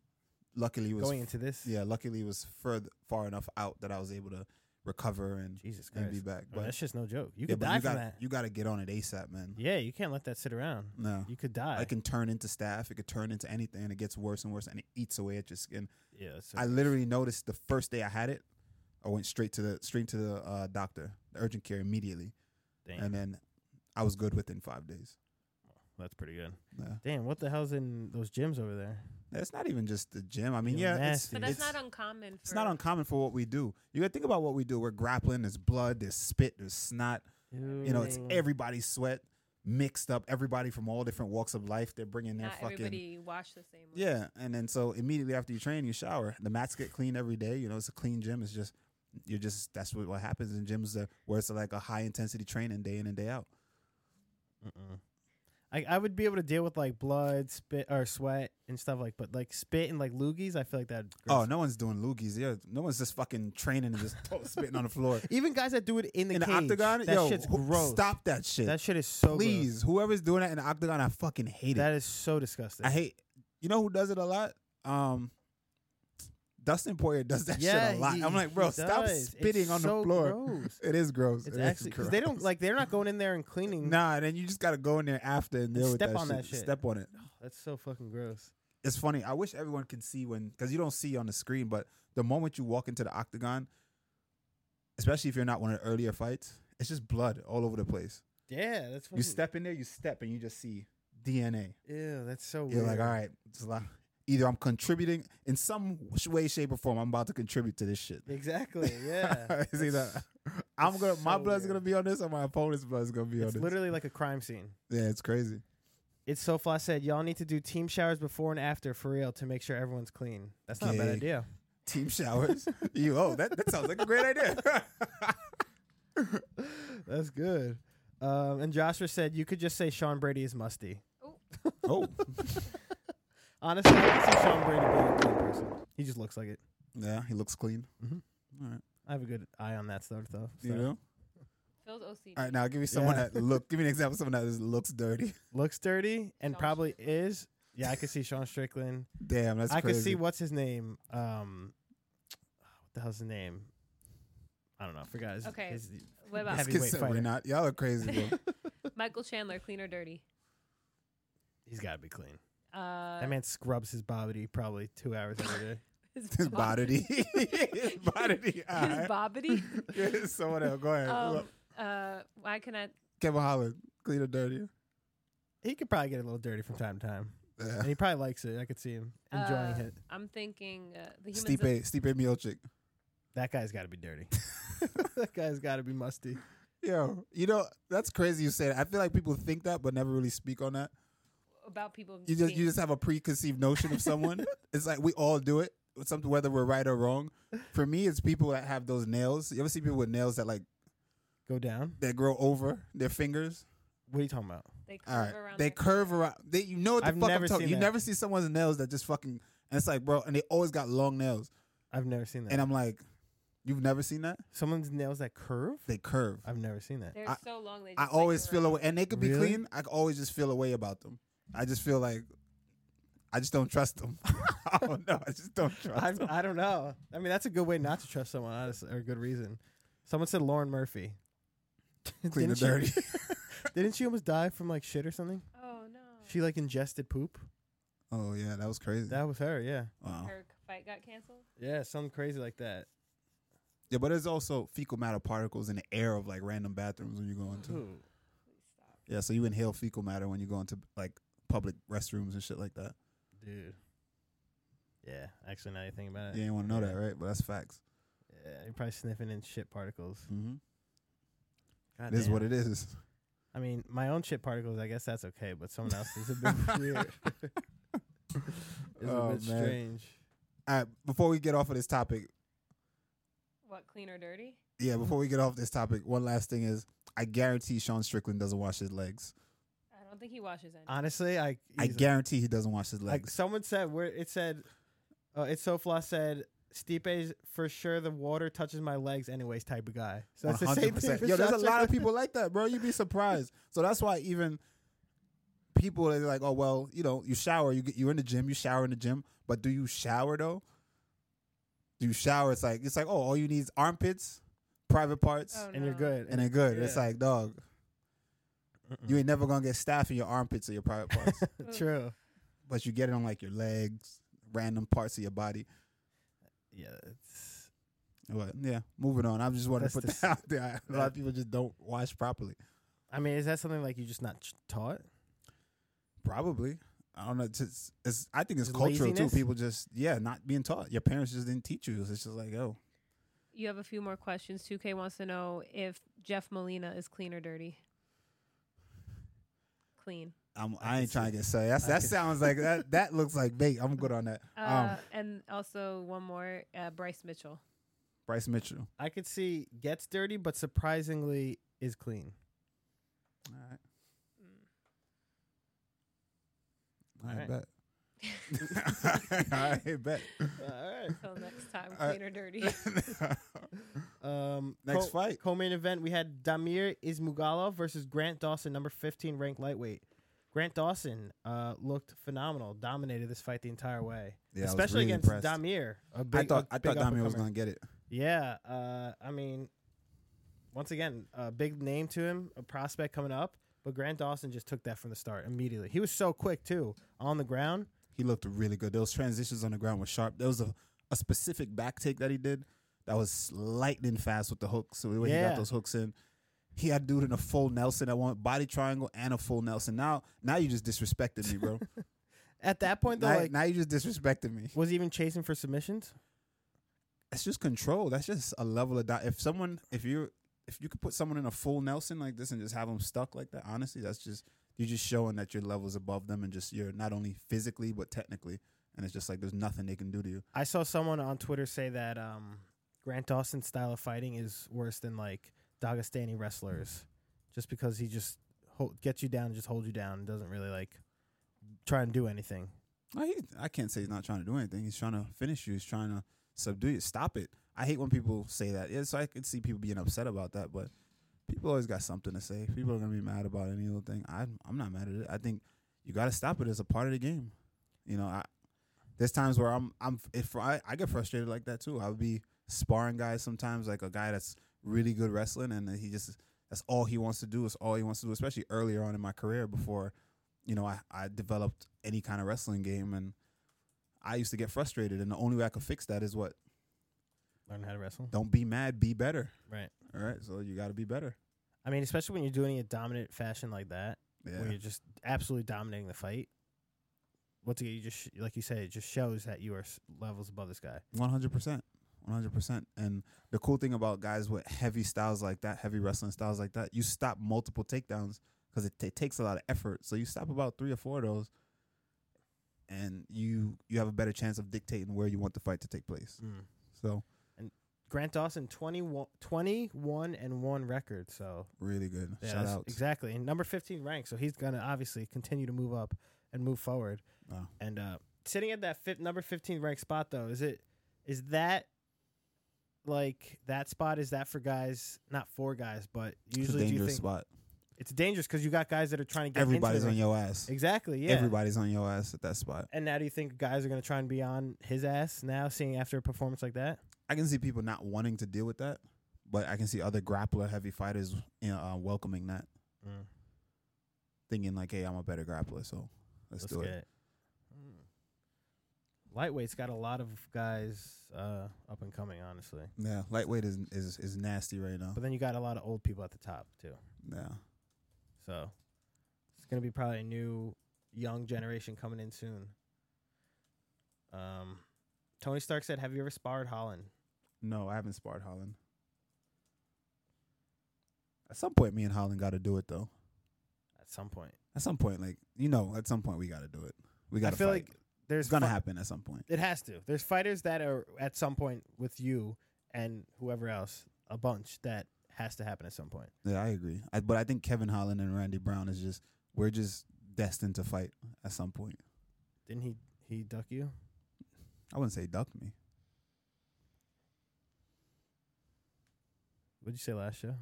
Luckily, it was Going into this, yeah. Luckily, it was further far enough out that I was able to recover and, Jesus Christ, and be back. Oh, But that's just no joke. You yeah, could but die you from got that. you got to get on it asap, man. yeah, you can't let that sit around. No, You could die. I can turn into staff. It could turn into anything, and it gets worse and worse, and it eats away at your skin. yeah, that's I literally noticed the first day I had it, I went straight to the straight to the uh, doctor, the urgent care immediately, damn, and then I was good within five days. that's pretty good. Yeah. Damn, what the hell's in those gyms over there? It's not even just the gym. I mean, Yeah, yeah, it's, nasty. But that's it's- not uncommon. For, it's not uncommon for what we do. You got to think about what we do. We're grappling. There's blood. There's spit. There's snot. You know, it's Ooh. everybody's sweat mixed up. Everybody from all different walks of life. They're bringing their Not fucking everybody wash the same. Way. Yeah, and then so immediately after you train, you shower. The mats get clean every day. You know, it's a clean gym. It's just you're just that's what, what happens in gyms that, where it's like a high intensity training day in and day out. Mm-mm. I I would be able to deal with like blood, spit or sweat and stuff like, but like spit and like loogies, I feel like that. Oh, no one's doing loogies. Yeah, no one's just fucking training and just spitting on the floor Even guys that do it in the in the cage, octagon. that yo, shit's who- gross. stop that shit, That shit is so. please. Whoever's doing that in the octagon, I fucking hate gross. it. That is so disgusting. I hate. You know who does it a lot? Um, Dustin Poirier does that shit a lot. he- I'm like, bro, he stop does. It's spitting on so the floor. gross. It is gross. It's It is actually because they don't gross. like they're not going in there and cleaning. Nah, then you just gotta go in there after and deal with step that, on shit. that shit. Step on it. That's so fucking gross. It's funny. I wish everyone could see when because you don't see on the screen, but the moment you walk into the octagon, especially if you're not one of the earlier fights, it's just blood all over the place. Yeah, that's fucking, You step in there, you step, and you just see DNA. Ew, that's so You're weird. like, all right, it's a lot. either I'm contributing in some way, shape, or form. I'm about to contribute to this shit. Exactly. Yeah. It's either That's- I'm gonna, my so blood's weird. gonna be on this, or my opponent's blood's gonna be on It's this. literally like a crime scene. yeah, it's crazy. It's so fly said, y'all need to do team showers before and after for real to make sure everyone's clean. That's not a bad Gay. idea. Team showers. you oh, that, that sounds like a great idea. That's good. Um, and Joshua said, you could just say Sean Brady is musty. oh. Honestly, I can see Sean Brady being a clean person. He just looks like it. Yeah, he looks clean. Mhm. All right. I have a good eye on that stuff, though. So. You know? Phil's OCD. All right, now give me someone Yeah. that look give me an example of someone that just looks dirty. Looks dirty and Sean probably is. Yeah, I could see Sean Strickland. Damn, that's I crazy. could see what's his name. Um, what the hell's his name? I don't know. I forgot. His, Okay. his- What about Heavy- Let's get heavyweight something, fighter. Renat. Y'all are crazy, bro. Michael Chandler, clean or dirty? he's got to be clean. Uh, That man scrubs his body probably two hours every day. His bodity. His bodity. All His right. bobbity. Yeah, someone else. Go ahead. um, uh, why can I? Kevin Holland, clean or dirty. he could probably get a little dirty from time to time, Yeah. and he probably likes it. I could see him enjoying uh, it. I'm thinking uh, the Stipe humans. Stipe Miocic. That guy's got to be dirty. that guy's got to be musty. Yo, you know, that's crazy you say that. I feel like people think that but never really speak on that. about people. You just being- you just have a preconceived notion of someone. it's like we all do it. It's Something whether we're right or wrong. For me, it's people that have those nails. You ever see people with nails that like Go down. that grow over their fingers? What are you talking about? they curve All right, around. they their- curve around. They you know what the I've fuck never I'm talking. seen You that. never see someone's nails that just fucking. And it's like, bro, and they always got long nails. I've never seen that. And I'm like, you've never seen that? Someone's nails that curve. They curve. I've never seen that. They're I- so long. They just I like, always feel around. away, and they could be Really? clean. I could always just feel away about them. I just feel like I just don't trust them. I don't know. I just don't I, trust them. I don't know. I mean, that's a good way not to trust someone, honestly, or a good reason. Someone said Lauren Murphy. Clean Didn't the she- dirty. Didn't she almost die from like shit or something? Oh no. She like ingested poop. oh yeah, that was crazy. That was her. Yeah. wow. Her fight got canceled. Yeah, something crazy like that. Yeah, but there's also fecal matter particles in the air of like random bathrooms when you go into. Ooh. Please stop. Yeah, so you inhale fecal matter when you go into like public restrooms and shit like that. Dude. Yeah, actually, now you think about it. You ain't want to know that, right? But that's facts. Yeah, you're probably sniffing in shit particles. Mm-hmm. God This is damn. what it is. I mean, my own shit particles, I guess that's okay, but someone else's is a bit weird. it's Oh, a bit man. strange. All right, before we get off of this topic, What clean or dirty? yeah, before we get off this topic, one last thing is I guarantee Sean Strickland doesn't wash his legs. I don't think he washes any. Honestly, I I he's- guarantee he doesn't wash his like legs. someone said where it said uh, it's so floss said Stipe's for sure the water touches my legs anyways type of guy. So that's the same thing. 100%. for Yo, there's a Sean lot of Strickland. people like that, bro. You'd be surprised. So that's why even people are like, oh well, you know, you shower, you get, you're in the gym, you shower in the gym, but do you shower though? Do you shower? It's like it's like oh, all you need is armpits, private parts, Oh, and you're no. good. and then good. It's Yeah. like dog, Mm-mm. you ain't never gonna get staff in your armpits or your private parts, true. but you get it on like your legs, random parts of your body. Yeah, it's, But yeah, moving on. I just want to That's put the that out there. A lot of people just don't wash properly. I mean, is that something like you just not ch- taught? Probably. I don't know. It's, it's, it's I think it's Just cultural laziness? too. People just yeah, not being taught. Your parents just didn't teach you. It's just like oh, You have a few more questions. 2K wants to know if Jeff Molina is clean or dirty. Clean. I I'm, I, can ain't trying see- to get say that's, I that can- sounds like that. That looks like bait. I'm good on that. Uh, um, and also one more, uh, Bryce Mitchell. Bryce Mitchell. I could see gets dirty, but surprisingly is clean. All right, All I right. bet. I bet. All Until next time, Uh, clean or dirty. right. Um, Next co- fight. co-main event we had Damir Ismugala versus Grant Dawson, number 15 ranked lightweight. Grant Dawson uh, looked phenomenal, dominated this fight the entire way, Yeah, I was especially really against impressed. Damir. a I big- thought a I thought big Damir was up-and-comer. gonna get it. Yeah, uh, I mean, once again, a big name to him, a prospect coming up, but Grant Dawson just took that from the start immediately. He was so quick too on the ground. He looked really good. Those transitions on the ground were sharp. There was a, a specific back take that he did that was lightning fast with the hooks. So the way he Yeah. got those hooks in, he had dude in a full Nelson at one body triangle and a full Nelson. Now, now you just disrespected me, bro. At that point, though, now, like now you just disrespected me. was he even chasing for submissions? That's just control. That's just a level of di- if someone if you if you could put someone in a full Nelson like this and just have them stuck like that. Honestly, that's just you're just showing that your level's above them and just you're not only physically but technically. And it's just like there's nothing they can do to you. I saw someone on Twitter say that um, Grant Dawson's style of fighting is worse than like Dagestani wrestlers, just because he just hold, gets you down, and just holds you down, and doesn't really like try and do anything. No, Oh, he, I can't say he's not trying to do anything. He's trying to finish you. He's trying to subdue you. Stop it. I hate when people say that. Yeah, so I could see people being upset about that, but people always got something to say. People are gonna be mad about any little thing. I, I'm not mad at it. I think you got to stop it as a part of the game. You know, I there's times where I'm I'm if I, I get frustrated like that too. I'll be sparring guys sometimes, like a guy that's really good wrestling, and he just that's all he wants to do is all he wants to do. Especially earlier on in my career, before you know I, I developed any kind of wrestling game, and I used to get frustrated. And the only way I could fix that is what Learn how to wrestle, don't be mad, be better. right? All right, so you got to be better. I mean, especially when you're doing it in a dominant fashion like that, where Yeah, you're just absolutely dominating the fight. Once again, you just sh- like you said, it just shows that you are s- levels above this guy. one hundred percent. One hundred percent, and the cool thing about guys with heavy styles like that, heavy wrestling styles like that, you stop multiple takedowns because it, ta takes a lot of effort. So you stop about three or four of those, and you you have a better chance of dictating where you want the fight to take place. Mm. So Grant Dawson 21, 21 and one record, so really good. Yeah, Shout that's- out. Exactly. And number 15 ranked. So he's going to obviously continue to move up and move forward. Wow. And uh, sitting at that fifth, number 15 ranked spot, though, is it, is that like that spot? Is that for guys, not for guys, but It's a usually do you dangerous think spot. it's dangerous because you got guys that are trying to get Everybody's into on the- your ass. exactly yeah. Everybody's on your ass at that spot. And now do you think guys are going to try and be on his ass now, seeing after a performance like that? I can see people not wanting to deal with that, but I can see other grappler heavy fighters you know, uh, welcoming that, Mm, thinking like, "Hey, I'm a better grappler, so let's, do it." Hmm. Lightweight's got a lot of guys uh, up and coming, honestly. Yeah, lightweight is is is nasty right now. But then you got a lot of old people at the top too. Yeah, So it's going to be probably a new young generation coming in soon. Um, Tony Stark said, "Have you ever sparred Holland?" no, I haven't sparred Holland. At some point, me and Holland got to do it though. At some point, At some point, like you know, at some point we got to do it. We got I to feel fight. like there's it's gonna fi- happen at some point. It has to. There's fighters that are at some point with you and whoever else, a bunch that has to happen at some point. Yeah, I agree. I, but I think Kevin Holland and Randy Brown is just we're just destined to fight at some point. Didn't he? He duck you? I wouldn't say duck me. What'd you say last show?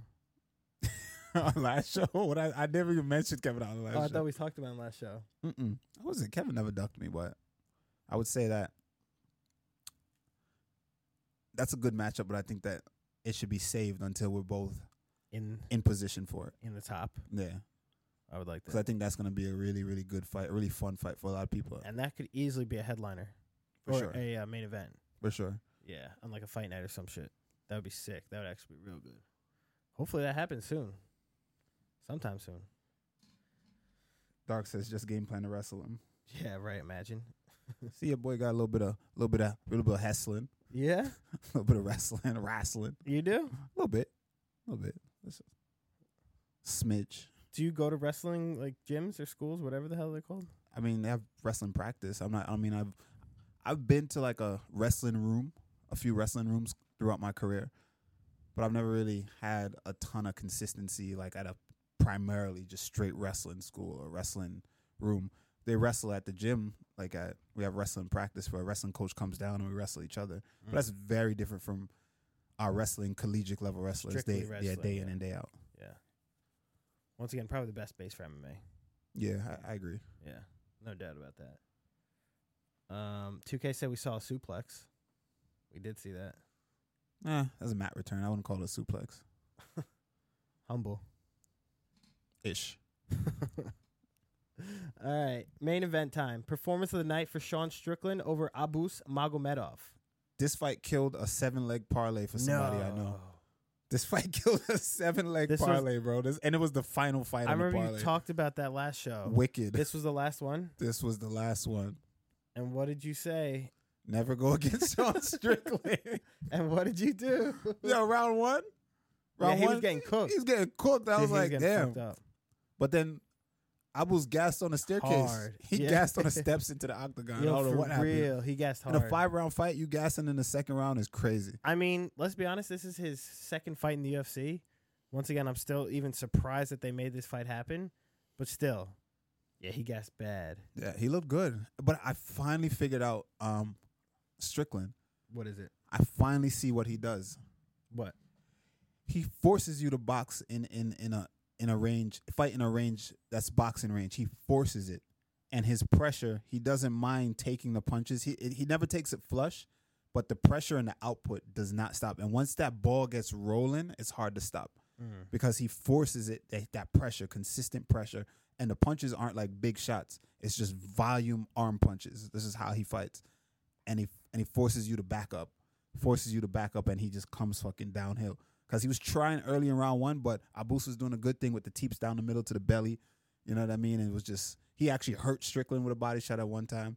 on last show. What I, I never even mentioned Kevin on last Oh, I show. thought we talked about him last show. Mm-mm. I wasn't. Kevin never ducked me, but I would say that that's a good matchup. But I think that it should be saved until we're both In in position for it. in the top, Yeah, I would like because I that. think that's gonna be a really, really good fight, a really fun fight for a lot of people. And that could easily be a headliner For or sure. a uh, main event. For sure. Yeah, on like a fight night or some shit. That would be sick. That would actually be real good. Hopefully that happens soon. Sometime soon. Dark says just game plan to wrestle him. Yeah, right. Imagine. See, your boy got a little bit of, little bit of, little bit of wrestling, Yeah, a little bit of wrestling, wrestling, you do. a little bit, a little bit, That's a smidge. Do you go to wrestling like gyms or schools, whatever the hell they're called? I mean, they have wrestling practice. I'm not. I mean, I've I've been to like a wrestling room, a few wrestling rooms throughout my career, but I've never really had a ton of consistency like at a primarily just straight wrestling school or wrestling room. They wrestle at the gym, like at we have wrestling practice where a wrestling coach comes down and we wrestle each other. But that's Mm. very different from our wrestling collegiate level wrestlers. Strictly day, yeah, wrestling, day in yeah. and day out. yeah. Once again, probably the best base for MMA. Yeah, I, I agree. Yeah, no doubt about that. Um, 2K said we saw a suplex. We did see that. Eh, that's a mat return. I wouldn't call it a suplex. Humble. Ish. All right, main event time. Performance of the night for Sean Strickland over Abus Magomedov. this fight killed a seven leg parlay for somebody I know. This fight killed a seven leg This was- parlay, bro. This and it was the final fight. I on remember the you parlay. talked about that last show. Wicked. This, This was the last one. was the last one. And what did you say? Never go against Sean Strickland. And what did you do? Yo, round one. Round he one. was getting cooked. He was getting cooked. I was He like, getting damn. fucked up. But then I was gassed on the staircase. Hard. He Yeah. gassed on the steps into the octagon. I Yo, don't know for what happened. real, he gassed In hard. a five round fight, you gassing in the second round is crazy. I mean, let's be honest. This is his second fight in the UFC. Once again, I'm still even surprised that they made this fight happen, but still, yeah, he gassed bad. Yeah, he looked good. But I finally figured out um Strickland. What is it? I finally see what he does. What? He forces you to box in in in a in a range fight in a range that's boxing range. He forces it, and his pressure. He doesn't mind taking the punches. He he never takes it flush, but the pressure and the output does not stop. And once that ball gets rolling, it's hard to stop because he forces it that, that pressure, consistent pressure. And the punches aren't like big shots. It's just volume arm punches. This is how he fights. And he and he forces you to back up. Forces you to back up and he just comes fucking downhill. Cause he was trying early in round one, but Abus was doing a good thing with the teeps down the middle to the belly. You know what I mean? And it was just he actually hurt Strickland with a body shot at one time.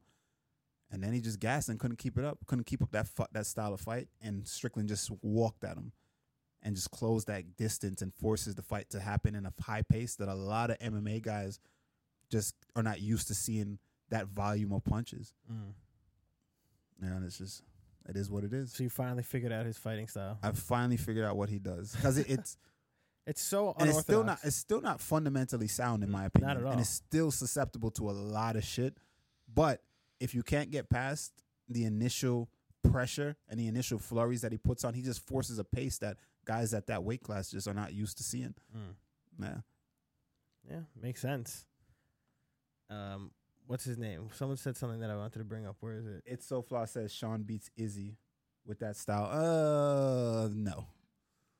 And then he just gassed and couldn't keep it up. Couldn't keep up that fu- that style of fight. And Strickland just walked at him and just close that distance and forces the fight to happen in a high pace that a lot of MMA guys just are not used to seeing that volume of punches. And it's just, it is what it is. So you finally figured out his fighting style. I've finally figured out what he does because it, it's It's so and unorthodox. it's still not it's still not fundamentally sound in my opinion, Not at all. and it's still susceptible to a lot of shit. But if you can't get past the initial pressure and the initial flurries that he puts on, he just forces a pace that guys at that weight class just are not used to seeing. Mm. Yeah. Yeah, makes sense. Um, what's his name? Someone said something that I wanted to bring up. Where is it? It's so flaw says Sean beats Izzy with that style. Uh, no,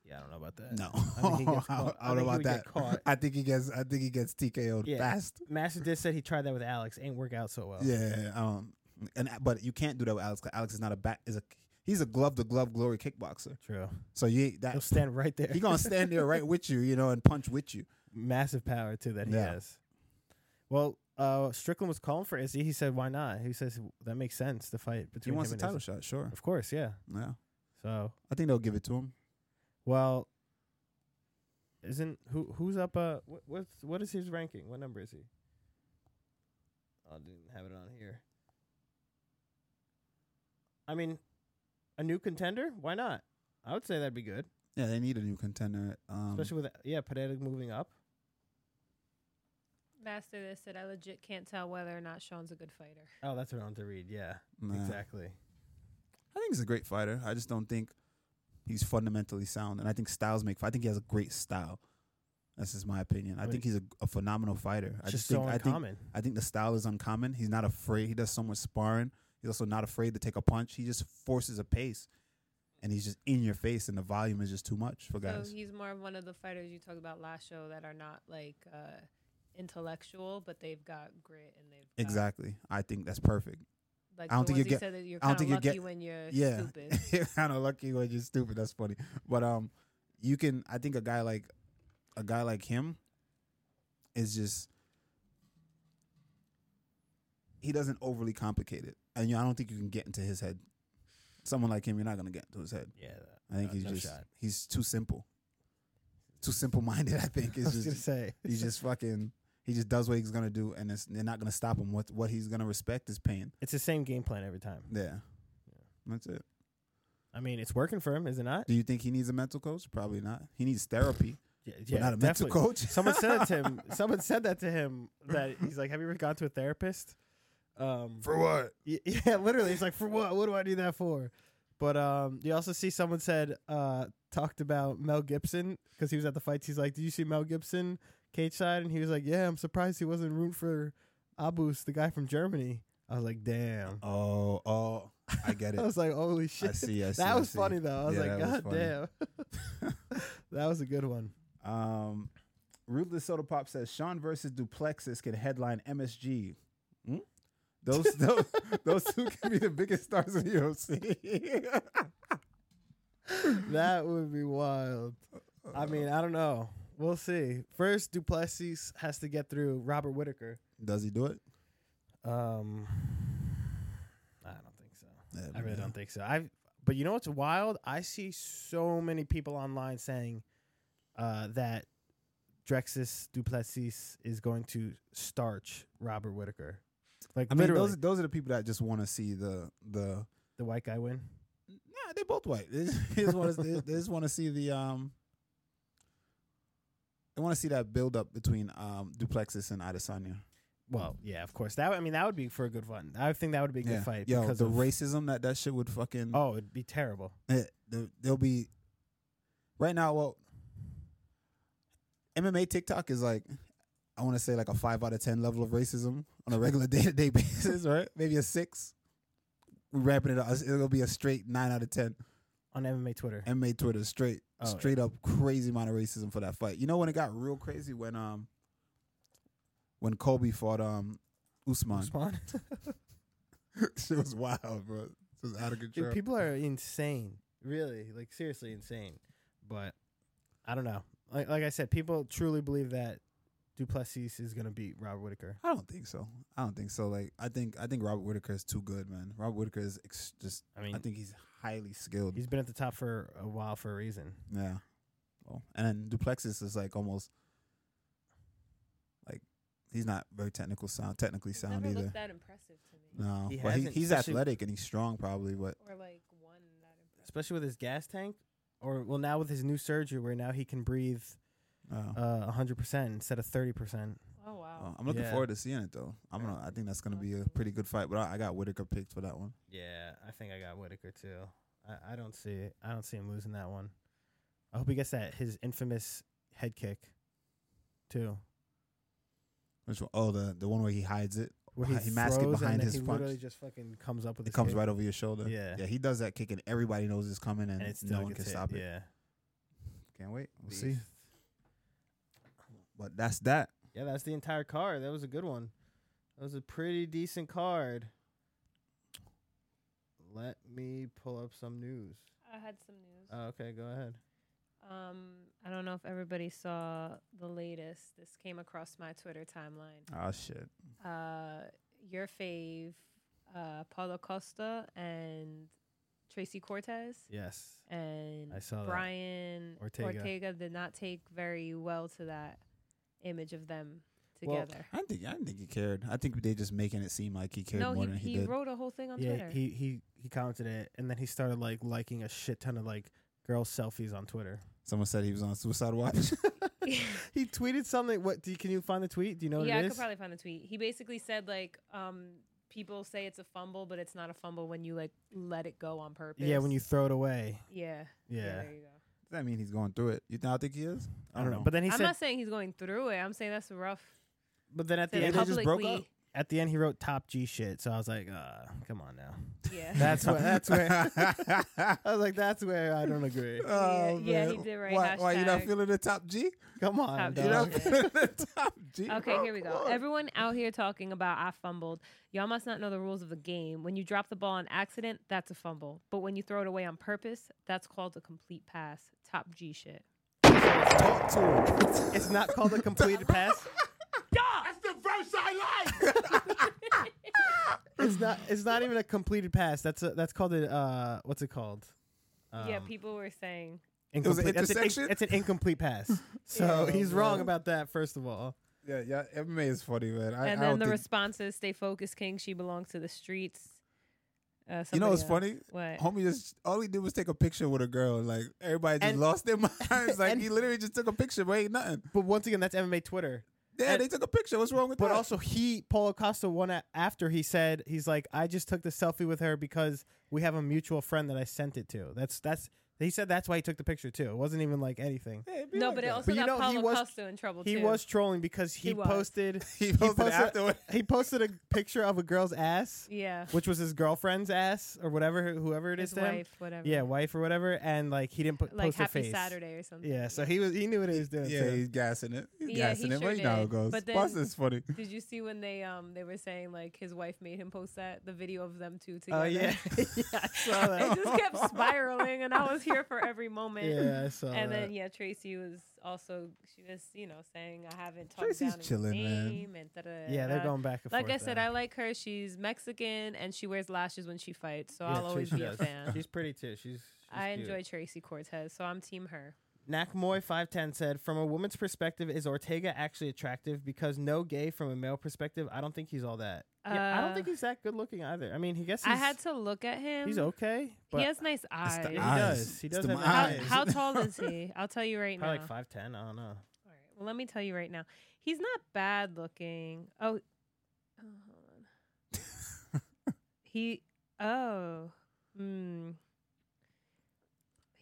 Yeah, I don't know about that. no. I think he gets caught. I don't I know think he about would that. get caught. I think he gets. I think he gets TKO'd Yeah. Uh. fast. Master Diss said he tried that with Alex. Ain't work out so well. Yeah. Um. And but you can't do that with Alex. 'cause Alex is not a back. Is a he's a glove to glove glory kickboxer. True. So you He'll that stand right there. he gonna stand there right with you, you know, and punch with you. massive power too that he Yeah. has. Well, uh, Strickland was calling for Izzy. He said, "Why not?" He says, "That makes sense." The fight He between wants a him title and Izzy. shot, sure. of course, yeah. Yeah. So, I think they'll give it to him. well, isn't who who's up? Uh, what what's, what is his ranking? What number is he? Oh, I didn't have it on here. I mean, a new contender? Why not? I would say that'd be good, Yeah, they need a new contender. Um, especially with yeah, Pereira moving up. Master this said, I legit can't tell whether or not Sean's a good fighter. Oh, that's what I wanted to read. Yeah, nah. exactly. I think he's a great fighter. I just don't think he's fundamentally sound, and I think styles make. I think he has a great style. That's just my opinion. I Right. think he's a, a phenomenal fighter. I It's just just think so I think uncommon. I think the style is uncommon. He's not afraid. He does so much sparring. He's also not afraid to take a punch. He just forces a pace, and he's just in your face, and the volume is just too much for guys. So he's more of one of the fighters you talked about last show that are not like uh, intellectual, but they've got grit and they've got, exactly. I think that's perfect. Like I don't the think you ones get- Said that you're I don't kinda think you lucky get- when you're yeah, stupid. kind of lucky when you're stupid. That's funny. But um, you can. I think a guy like a guy like him is just he doesn't overly complicate it, and you, I don't think you can get into his head. Someone like him, you're not gonna get into his head. Yeah, I think No- he's no just shot. he's too simple, too simple minded. I think I is was gonna just say he just fucking he just does what he's gonna do, and it's, they're not gonna stop him. What what he's gonna respect is pain. it's the same game plan every time. Yeah, that's it. I mean, it's working for him, is it not? Do you think he needs a mental coach? Probably not. He needs therapy, Yeah, but not a mental coach. someone said that to him. Someone said that to him. That he's like, "Have you ever gone to a therapist?" Um, for what? y- yeah, literally, he's like, "For what? What do I do that for?" But um, you also see someone said uh, talked about Mel Gibson because he was at the fights. He's like, "Did you see Mel Gibson cage side?" And he was like, "Yeah, I'm surprised he wasn't rooting for Abus, the guy from Germany." I was like, "Damn." Oh, oh, I get it. I was like, "Holy I shit!" see. I see. that I was see. funny though. I was Yeah, like, that was God damn, that was a good one. Um, Ruthless Soda Pop says Sean versus Duplexis can headline MSG. Hmm? Those, those those two can be the biggest stars of the UFC. That would be wild. I mean, I don't know. We'll see. First, Duplessis has to get through Robert Whitaker. Does he do it? Um, I don't think so. Yeah, I really yeah. don't think so. I. But you know what's wild? I see so many people online saying uh, that Drexis Duplessis is going to starch Robert Whitaker. Like I mean, literally, those those are the people that just want to see the the. the white guy win. Nah, they're both white. They just, they just want to they just want to see the um. They want to see that build up between um Duplexis and Adesanya. Well, yeah, of course. That I mean, that would be for a good one. I think that would be a good fight. Yo, because the of, racism that that shit would fucking. Oh, it'd be terrible. Eh, there- there'll be right now. Well, MMA TikTok is like I want to say like a five out of ten level of racism on a regular day to day basis, right? Maybe a six. We're ramping it up. It's- It'll be a straight nine out of ten. on MMA Twitter. MMA Twitter straight, Oh, straight up crazy amount of racism for that fight. You know when it got real crazy when um when Kobe fought um Usman. Spawn. shit was wild, bro. It was out of control. Dude, people are insane. Really, like seriously insane. But I don't know. Like, like I said, people truly believe that Duplessis is gonna beat Robert Whitaker. I don't think so. I don't think so. Like I think I think Robert Whitaker is too good, man. Robert Whitaker is ex- just. I mean, I think he's highly skilled. he's been at the top for a while for a reason. yeah. Well, and then Duplexis is like almost like he's not very technical sound, technically He's sound never either. looked that impressive to me, No, He but he, hasn't, he's especially- athletic and he's strong, probably. But or like one that impressive. Especially with his gas tank, or well, now with his new surgery, where now he can breathe uh, a hundred percent instead of thirty percent. Oh wow. I'm looking Yeah. forward to seeing it though. I'm gonna. I think that's gonna be a pretty good fight. But I, I got Whitaker picked for that one. Yeah, I think I got Whitaker too. I, I don't see I don't see him losing that one. I hope he gets that his infamous head kick too. Which one? Oh, the the one where he hides it. Where He masked it throws and behind then his he punch. literally just fucking comes up with It his comes kick, right over your shoulder. Yeah. yeah. He does that kick, and everybody knows it's coming, and, and it's no one can stop it. Yeah, Can't wait. We'll Beef. see. But that's that. yeah, that's the entire card. That was a good one. That was a pretty decent card. Let me pull up some news. I had some news. Oh, okay, go ahead. Um, I don't know if everybody saw the latest. This came across my Twitter timeline. Oh shit. Uh, your fave, uh, Paulo Costa and Tracy Cortez Yes, and I saw that. Brian Ortega. did not take very well to that image of them Well, together. I didn't think I didn't think he cared. I think they just making it seem like he cared no, more he, than he, he did. wrote a whole thing on yeah, Twitter. he he he commented it, and then he started like liking a shit ton of like girl selfies on Twitter. Someone said he was on suicide watch. he tweeted something. What do you, can you find the tweet? Do you know what yeah, I it could is? probably find the tweet. He basically said like, um, people say it's a fumble, but it's not a fumble when you like let it go on purpose. yeah, when you throw it away. yeah Yeah, there you go. Does that mean he's going through it? You think I think he is? I don't know. But then he I'm said. not saying he's going through it. I'm saying that's rough. But then at So the they end, they just broke publicly- at the end, he wrote top G shit. So I was like, uh, come on now. Yeah. That's where. That's where. where. I was like, that's where I don't agree. Oh, yeah, he man. did write Why, why you not hashtag. feeling the top G? Come on, Top You dog. not G. feeling the top G? Okay, bro? here we Come go. on. Everyone out here talking about I fumbled. Y'all must not know the rules of the game. When you drop the ball on accident, that's a fumble. But when you throw it away on purpose, that's called a complete pass. Top G shit. Talk to him. It's not called a completed pass. That's the verse I like. It's not. It's not even a completed pass. That's a, that's called a uh, what's it called? yeah, Um, people were saying Incomplete. It was an that's an in- intersection? It's an, incomplete pass. So Yeah. he's wrong Yeah. about that. First of all, Yeah, yeah. MMA is funny, man. I, and I then don't the think, response is stay focused, King, she belongs to the streets. Uh, you know somebody what's else. funny? What? Homie just all he did was take a picture with a girl. and, Like everybody just And- lost their minds. Like and- he literally just took a picture, but ain't nothing. but once again, that's MMA Twitter. Yeah, And- they took a picture. What's wrong with But that? also, he Paulo Costa one a- after he said he's like, I just took the selfie with her because we have a mutual friend that I sent it to. That's that's he said that's why he took the picture too. It wasn't even like anything. Yeah, it be No, like but it that. also But you got know, he Paulo was- Costa in trouble He too. was trolling because he, He was. posted he posted, posted- afterward. he posted a picture of a girl's ass, yeah, which was his girlfriend's ass or whatever, whoever it is his to him. wife, whatever. Yeah, wife or whatever, and like he didn't put, like post her Happy face. Saturday or something. Yeah, so he was he knew what he was doing. Yeah, too. he's gassing it. He's Yeah, gassing he it. sure but you know how it did. goes. But then- Plus, it's funny. Did you see when they um they were saying like his wife made him post that the video of them two together? Oh yeah, yeah, I saw it that. just kept spiraling, and I was here for every moment. yeah, I saw And that. then yeah, Tracy was also she was you know saying I haven't talked Tracy's down his chilling, man. name and da da. da, yeah, they're da." going back and Like I forth. said, there. I like her. She's Mexican and she wears lashes when she fights, so Yeah, I'll always Tracy be a does. fan. She's pretty too. She's. she's I cute. enjoy Tracy Cortez, so I'm team her. Nakmoy five ten said, "From a woman's perspective, is Ortega actually attractive? Because no gay from a male perspective, I don't think he's all that. yeah, I don't Uh, think he's that good looking either. I mean, he guess he's, I had to look at him. he's okay, but he has nice It's the eyes. he eyes. does. He It's does them have How, eyes. how tall is he? I'll tell you right probably now. like five ten. I don't know. All right. Well, let me tell you right now. He's not bad looking. Oh, oh hold on. he oh, mm.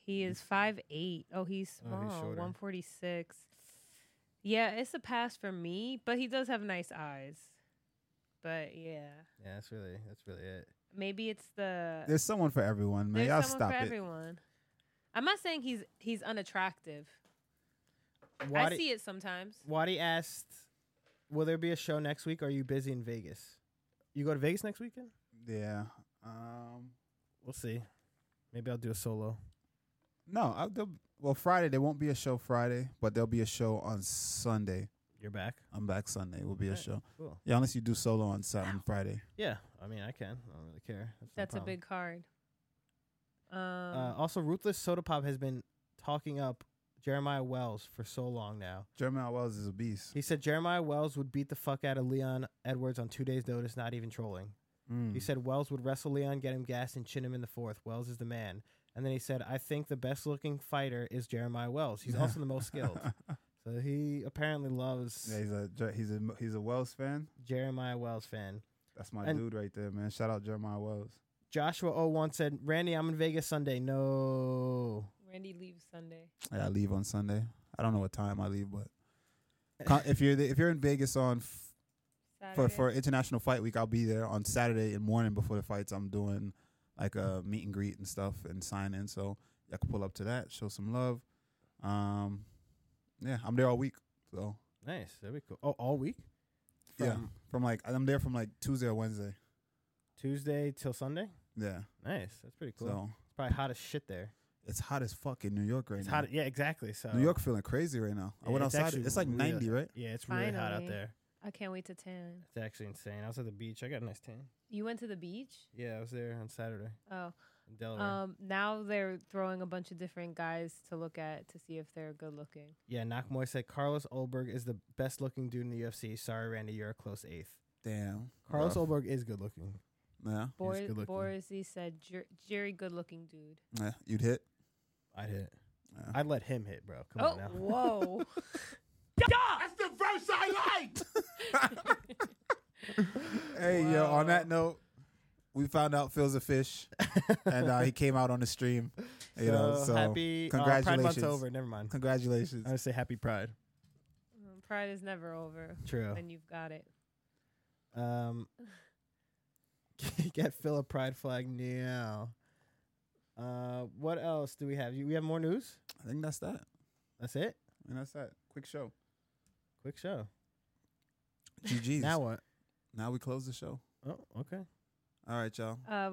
he is five eight. Oh, he's Oh, he's small. shorter. One forty six. Yeah, it's a pass for me, but he does have nice eyes. But yeah, Yeah, that's really that's really it. maybe it's the There's someone for everyone, man. there's Y'all someone stop for it. everyone. I'm not saying he's he's unattractive. I Wadi, see it sometimes. Wadi asked, "Will there be a show next week? Or are you busy in Vegas? You go to Vegas next weekend? Yeah. Um. We'll see. Maybe I'll do a solo. No. I, there'll- well, Friday there won't be a show Friday, but there'll be a show on Sunday. You're back. I'm back Sunday. Will be a Alright. show. Cool. Yeah, unless you do solo on Saturday and Friday. Yeah, I mean, I can. I don't really care. That's, no That's a problem. big card. Um, Uh, also, Ruthless Soda Pop has been talking up Jeremiah Wells for so long now. Jeremiah Wells is a beast. He said Jeremiah Wells would beat the fuck out of Leon Edwards on two days' notice, not even trolling. Hmm. He said Wells would wrestle Leon, get him gassed, and chin him in the fourth. Wells is the man. And then he said, I think the best looking fighter is Jeremiah Wells. He's also the Mm. most skilled. So he apparently loves yeah, he's a Jer- he's a he's a Wells fan. Jeremiah Wells fan. That's my And- dude right there, man. Shout out Jeremiah Wells. Joshua01 said, Randy, I'm in Vegas Sunday. No. Randy leaves Sunday. Yeah, I leave on Sunday. I don't know what time I leave, but Con- if you're the, if you're in Vegas on f- for Saturday? for International Fight Week, I'll be there on Saturday and morning before the fights. I'm doing like a meet and greet and stuff and sign in, so I can pull up to that, show some love. Um, yeah, I'm there all week, so Nice. That'd be cool. Oh, all week? yeah, from like I'm there from like Tuesday or Wednesday. Tuesday till Sunday? Yeah, Nice. That's pretty cool. so It's probably hot as shit there. it's hot as fuck in New York right It's now. hot. Yeah, exactly. So New York feeling crazy right now. I Yeah, went it's outside. actually It's like really- uh, 90, right? Yeah, it's really hot out Finally. there. I can't wait to tan. It's actually insane. I was at the beach. I got a nice tan. You went to the beach? Yeah, I was there on Saturday Oh, in Delaware. um, now they're throwing a bunch of different guys to look at to see if they're good looking. yeah, Nakamura said Carlos Olberg is the best looking dude in the UFC. Sorry, Randy, you're a close eighth. Damn, Carlos Rough. Olberg is good looking. Yeah, Boris good looking. Borisy said Jer- Jerry, good looking dude. yeah, you'd hit. I'd hit. Yeah. I'd let him hit, bro. Come Oh, on now. whoa! That's the verse I like. Hey, yo, on that Wow. note, we found out Phil's a fish and uh, he came out on the stream. You know, so happy Uh, Pride congratulations. Month's over. Never mind. congratulations. I would say happy Pride. Mm, Pride is never over, True. and you've got it. Um, get Phil a pride flag now. Uh, what else do we have? You- We have more news. I think that's that. That's it. I mean, that's that. Quick show. Quick show. GG's. Now now, what? now we close the show. Oh, okay. All right, y'all. Uh,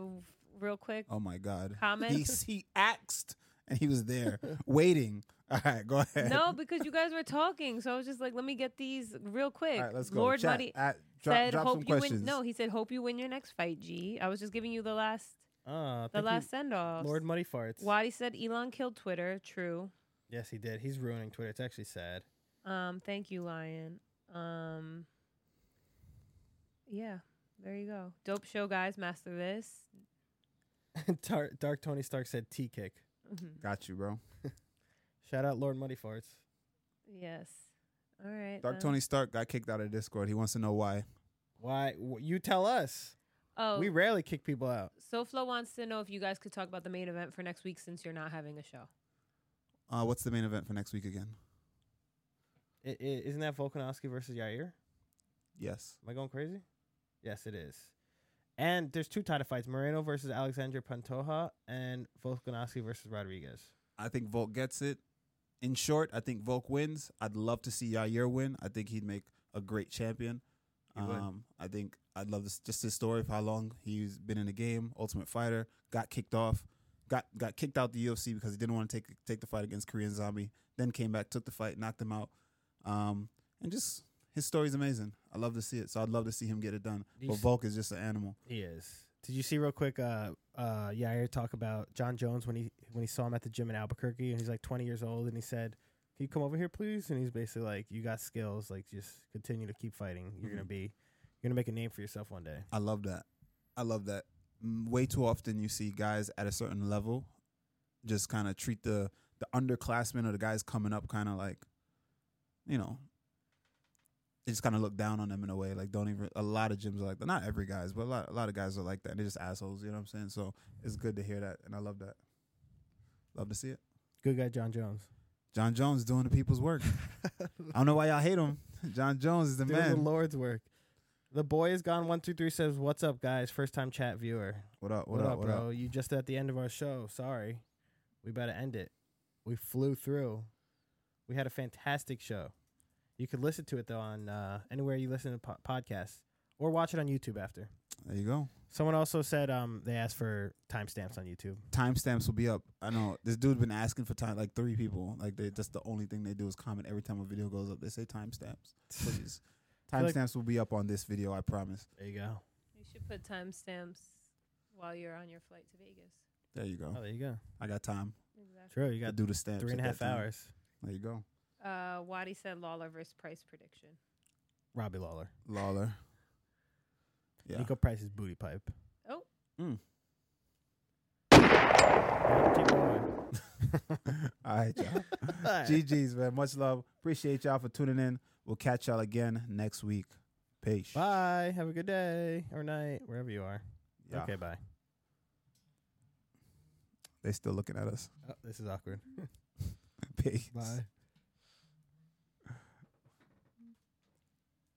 real quick, Oh, my God. He, comments. he axed and he was there waiting. All right, go ahead. no, because you guys were talking, so I was just like, let me get these real quick. All right, let's go. Lord Chat, Muddy at- drop said, drop "Hope some you questions. win." No, he said, "Hope you win your next fight." G. I was just giving you the last, Uh, the thank you, last send off. Lord Muddy Farts. Wadi said Elon killed Twitter. True. Yes, he did. He's ruining Twitter. It's actually sad. Um, thank you, Lion. Um, yeah, there you go. Dope show, guys. Master this. Tar- Dark Tony Stark said T kick. Mhm. Got you, bro. Shout out Lord Muddy Farts. yes. All right. Dark then. Tony Stark got kicked out of Discord. He wants to know why. Why? Wh- you tell us. Oh, We rarely kick people out. SoFlo wants to know if you guys could talk about the main event for next week since you're not having a show. Uh, what's the main event for next week again? is is isn't that Volkanovski versus Yair? Yes. Am I going crazy? Yes, it is. And there's two title fights: Moreno versus Alexander Pantoja and Volkanovski versus Rodriguez. I think Volk gets it. In short, I think Volk wins. I'd love to see Yair win. I think he'd make a great champion. He would. Um, I think I'd love this, just his story of how long he's been in the game. Ultimate Fighter got kicked off, got got kicked out the UFC because he didn't want to take take the fight against Korean Zombie. Then came back, took the fight, knocked him out. Um, and just his story's amazing. I love to see it. So I'd love to see him get it done. Do you But s- Volk is just an animal. He is. Did you see real quick? Uh, uh, Yair talk about John Jones when he when he saw him at the gym in Albuquerque, and he's like 20 years old, and he said, "Can you come over here, please?" And he's basically like, "You got skills. Like, just continue to keep fighting. You're gonna Mhm. be, you're gonna make a name for yourself one day." I love that. I love that. Mm, Way too often you see guys at a certain level just kind of treat the the underclassmen or the guys coming up kind of like, you know, they just kind of look down on them in a way. Like, don't even. A lot of gyms are like that. Not every guys, but a lot a lot of guys are like that. They're just assholes. You know what I'm saying? So it's good to hear that, and I love that. Love to see it. Good guy, John Jones. John Jones doing the people's work. I don't know why y'all hate him. John Jones is the Doing the man. Lord's work. The boy is gone. One two three says, "What's up, guys? First time chat viewer. What up? What, up? What bro? up? You just at the end of our show. Sorry, we better end it. We flew through. We had a fantastic show. You could listen to it though on uh, anywhere you listen to po- podcasts or watch it on YouTube after. There you go. Someone also said um, they asked for timestamps on YouTube. timestamps will be up. I know this dude been asking for time like three people. Like they that's the only thing they do is comment every time a video goes up. They say timestamps. Please. feel like- timestamps will be up on this video, I promise. There you go. You should put timestamps while you're on your flight to Vegas. There you go. Oh, there you go. I got time. Exactly. True. You I got do the stamps. three and a at half that time. hours. There you go. Uh, Wadi said Lawler versus Price prediction. Robbie Lawler. Lawler. Yeah. Nico Price's booty pipe. Oh. Mm. Keep going. All right, y'all. GG's, man. Much love. Appreciate y'all for tuning in. We'll catch y'all again next week. Peace. Bye. Have a good day or night, wherever you are. Yeah. Okay, bye. They still looking at us. Oh, this is awkward. Peace. Bye.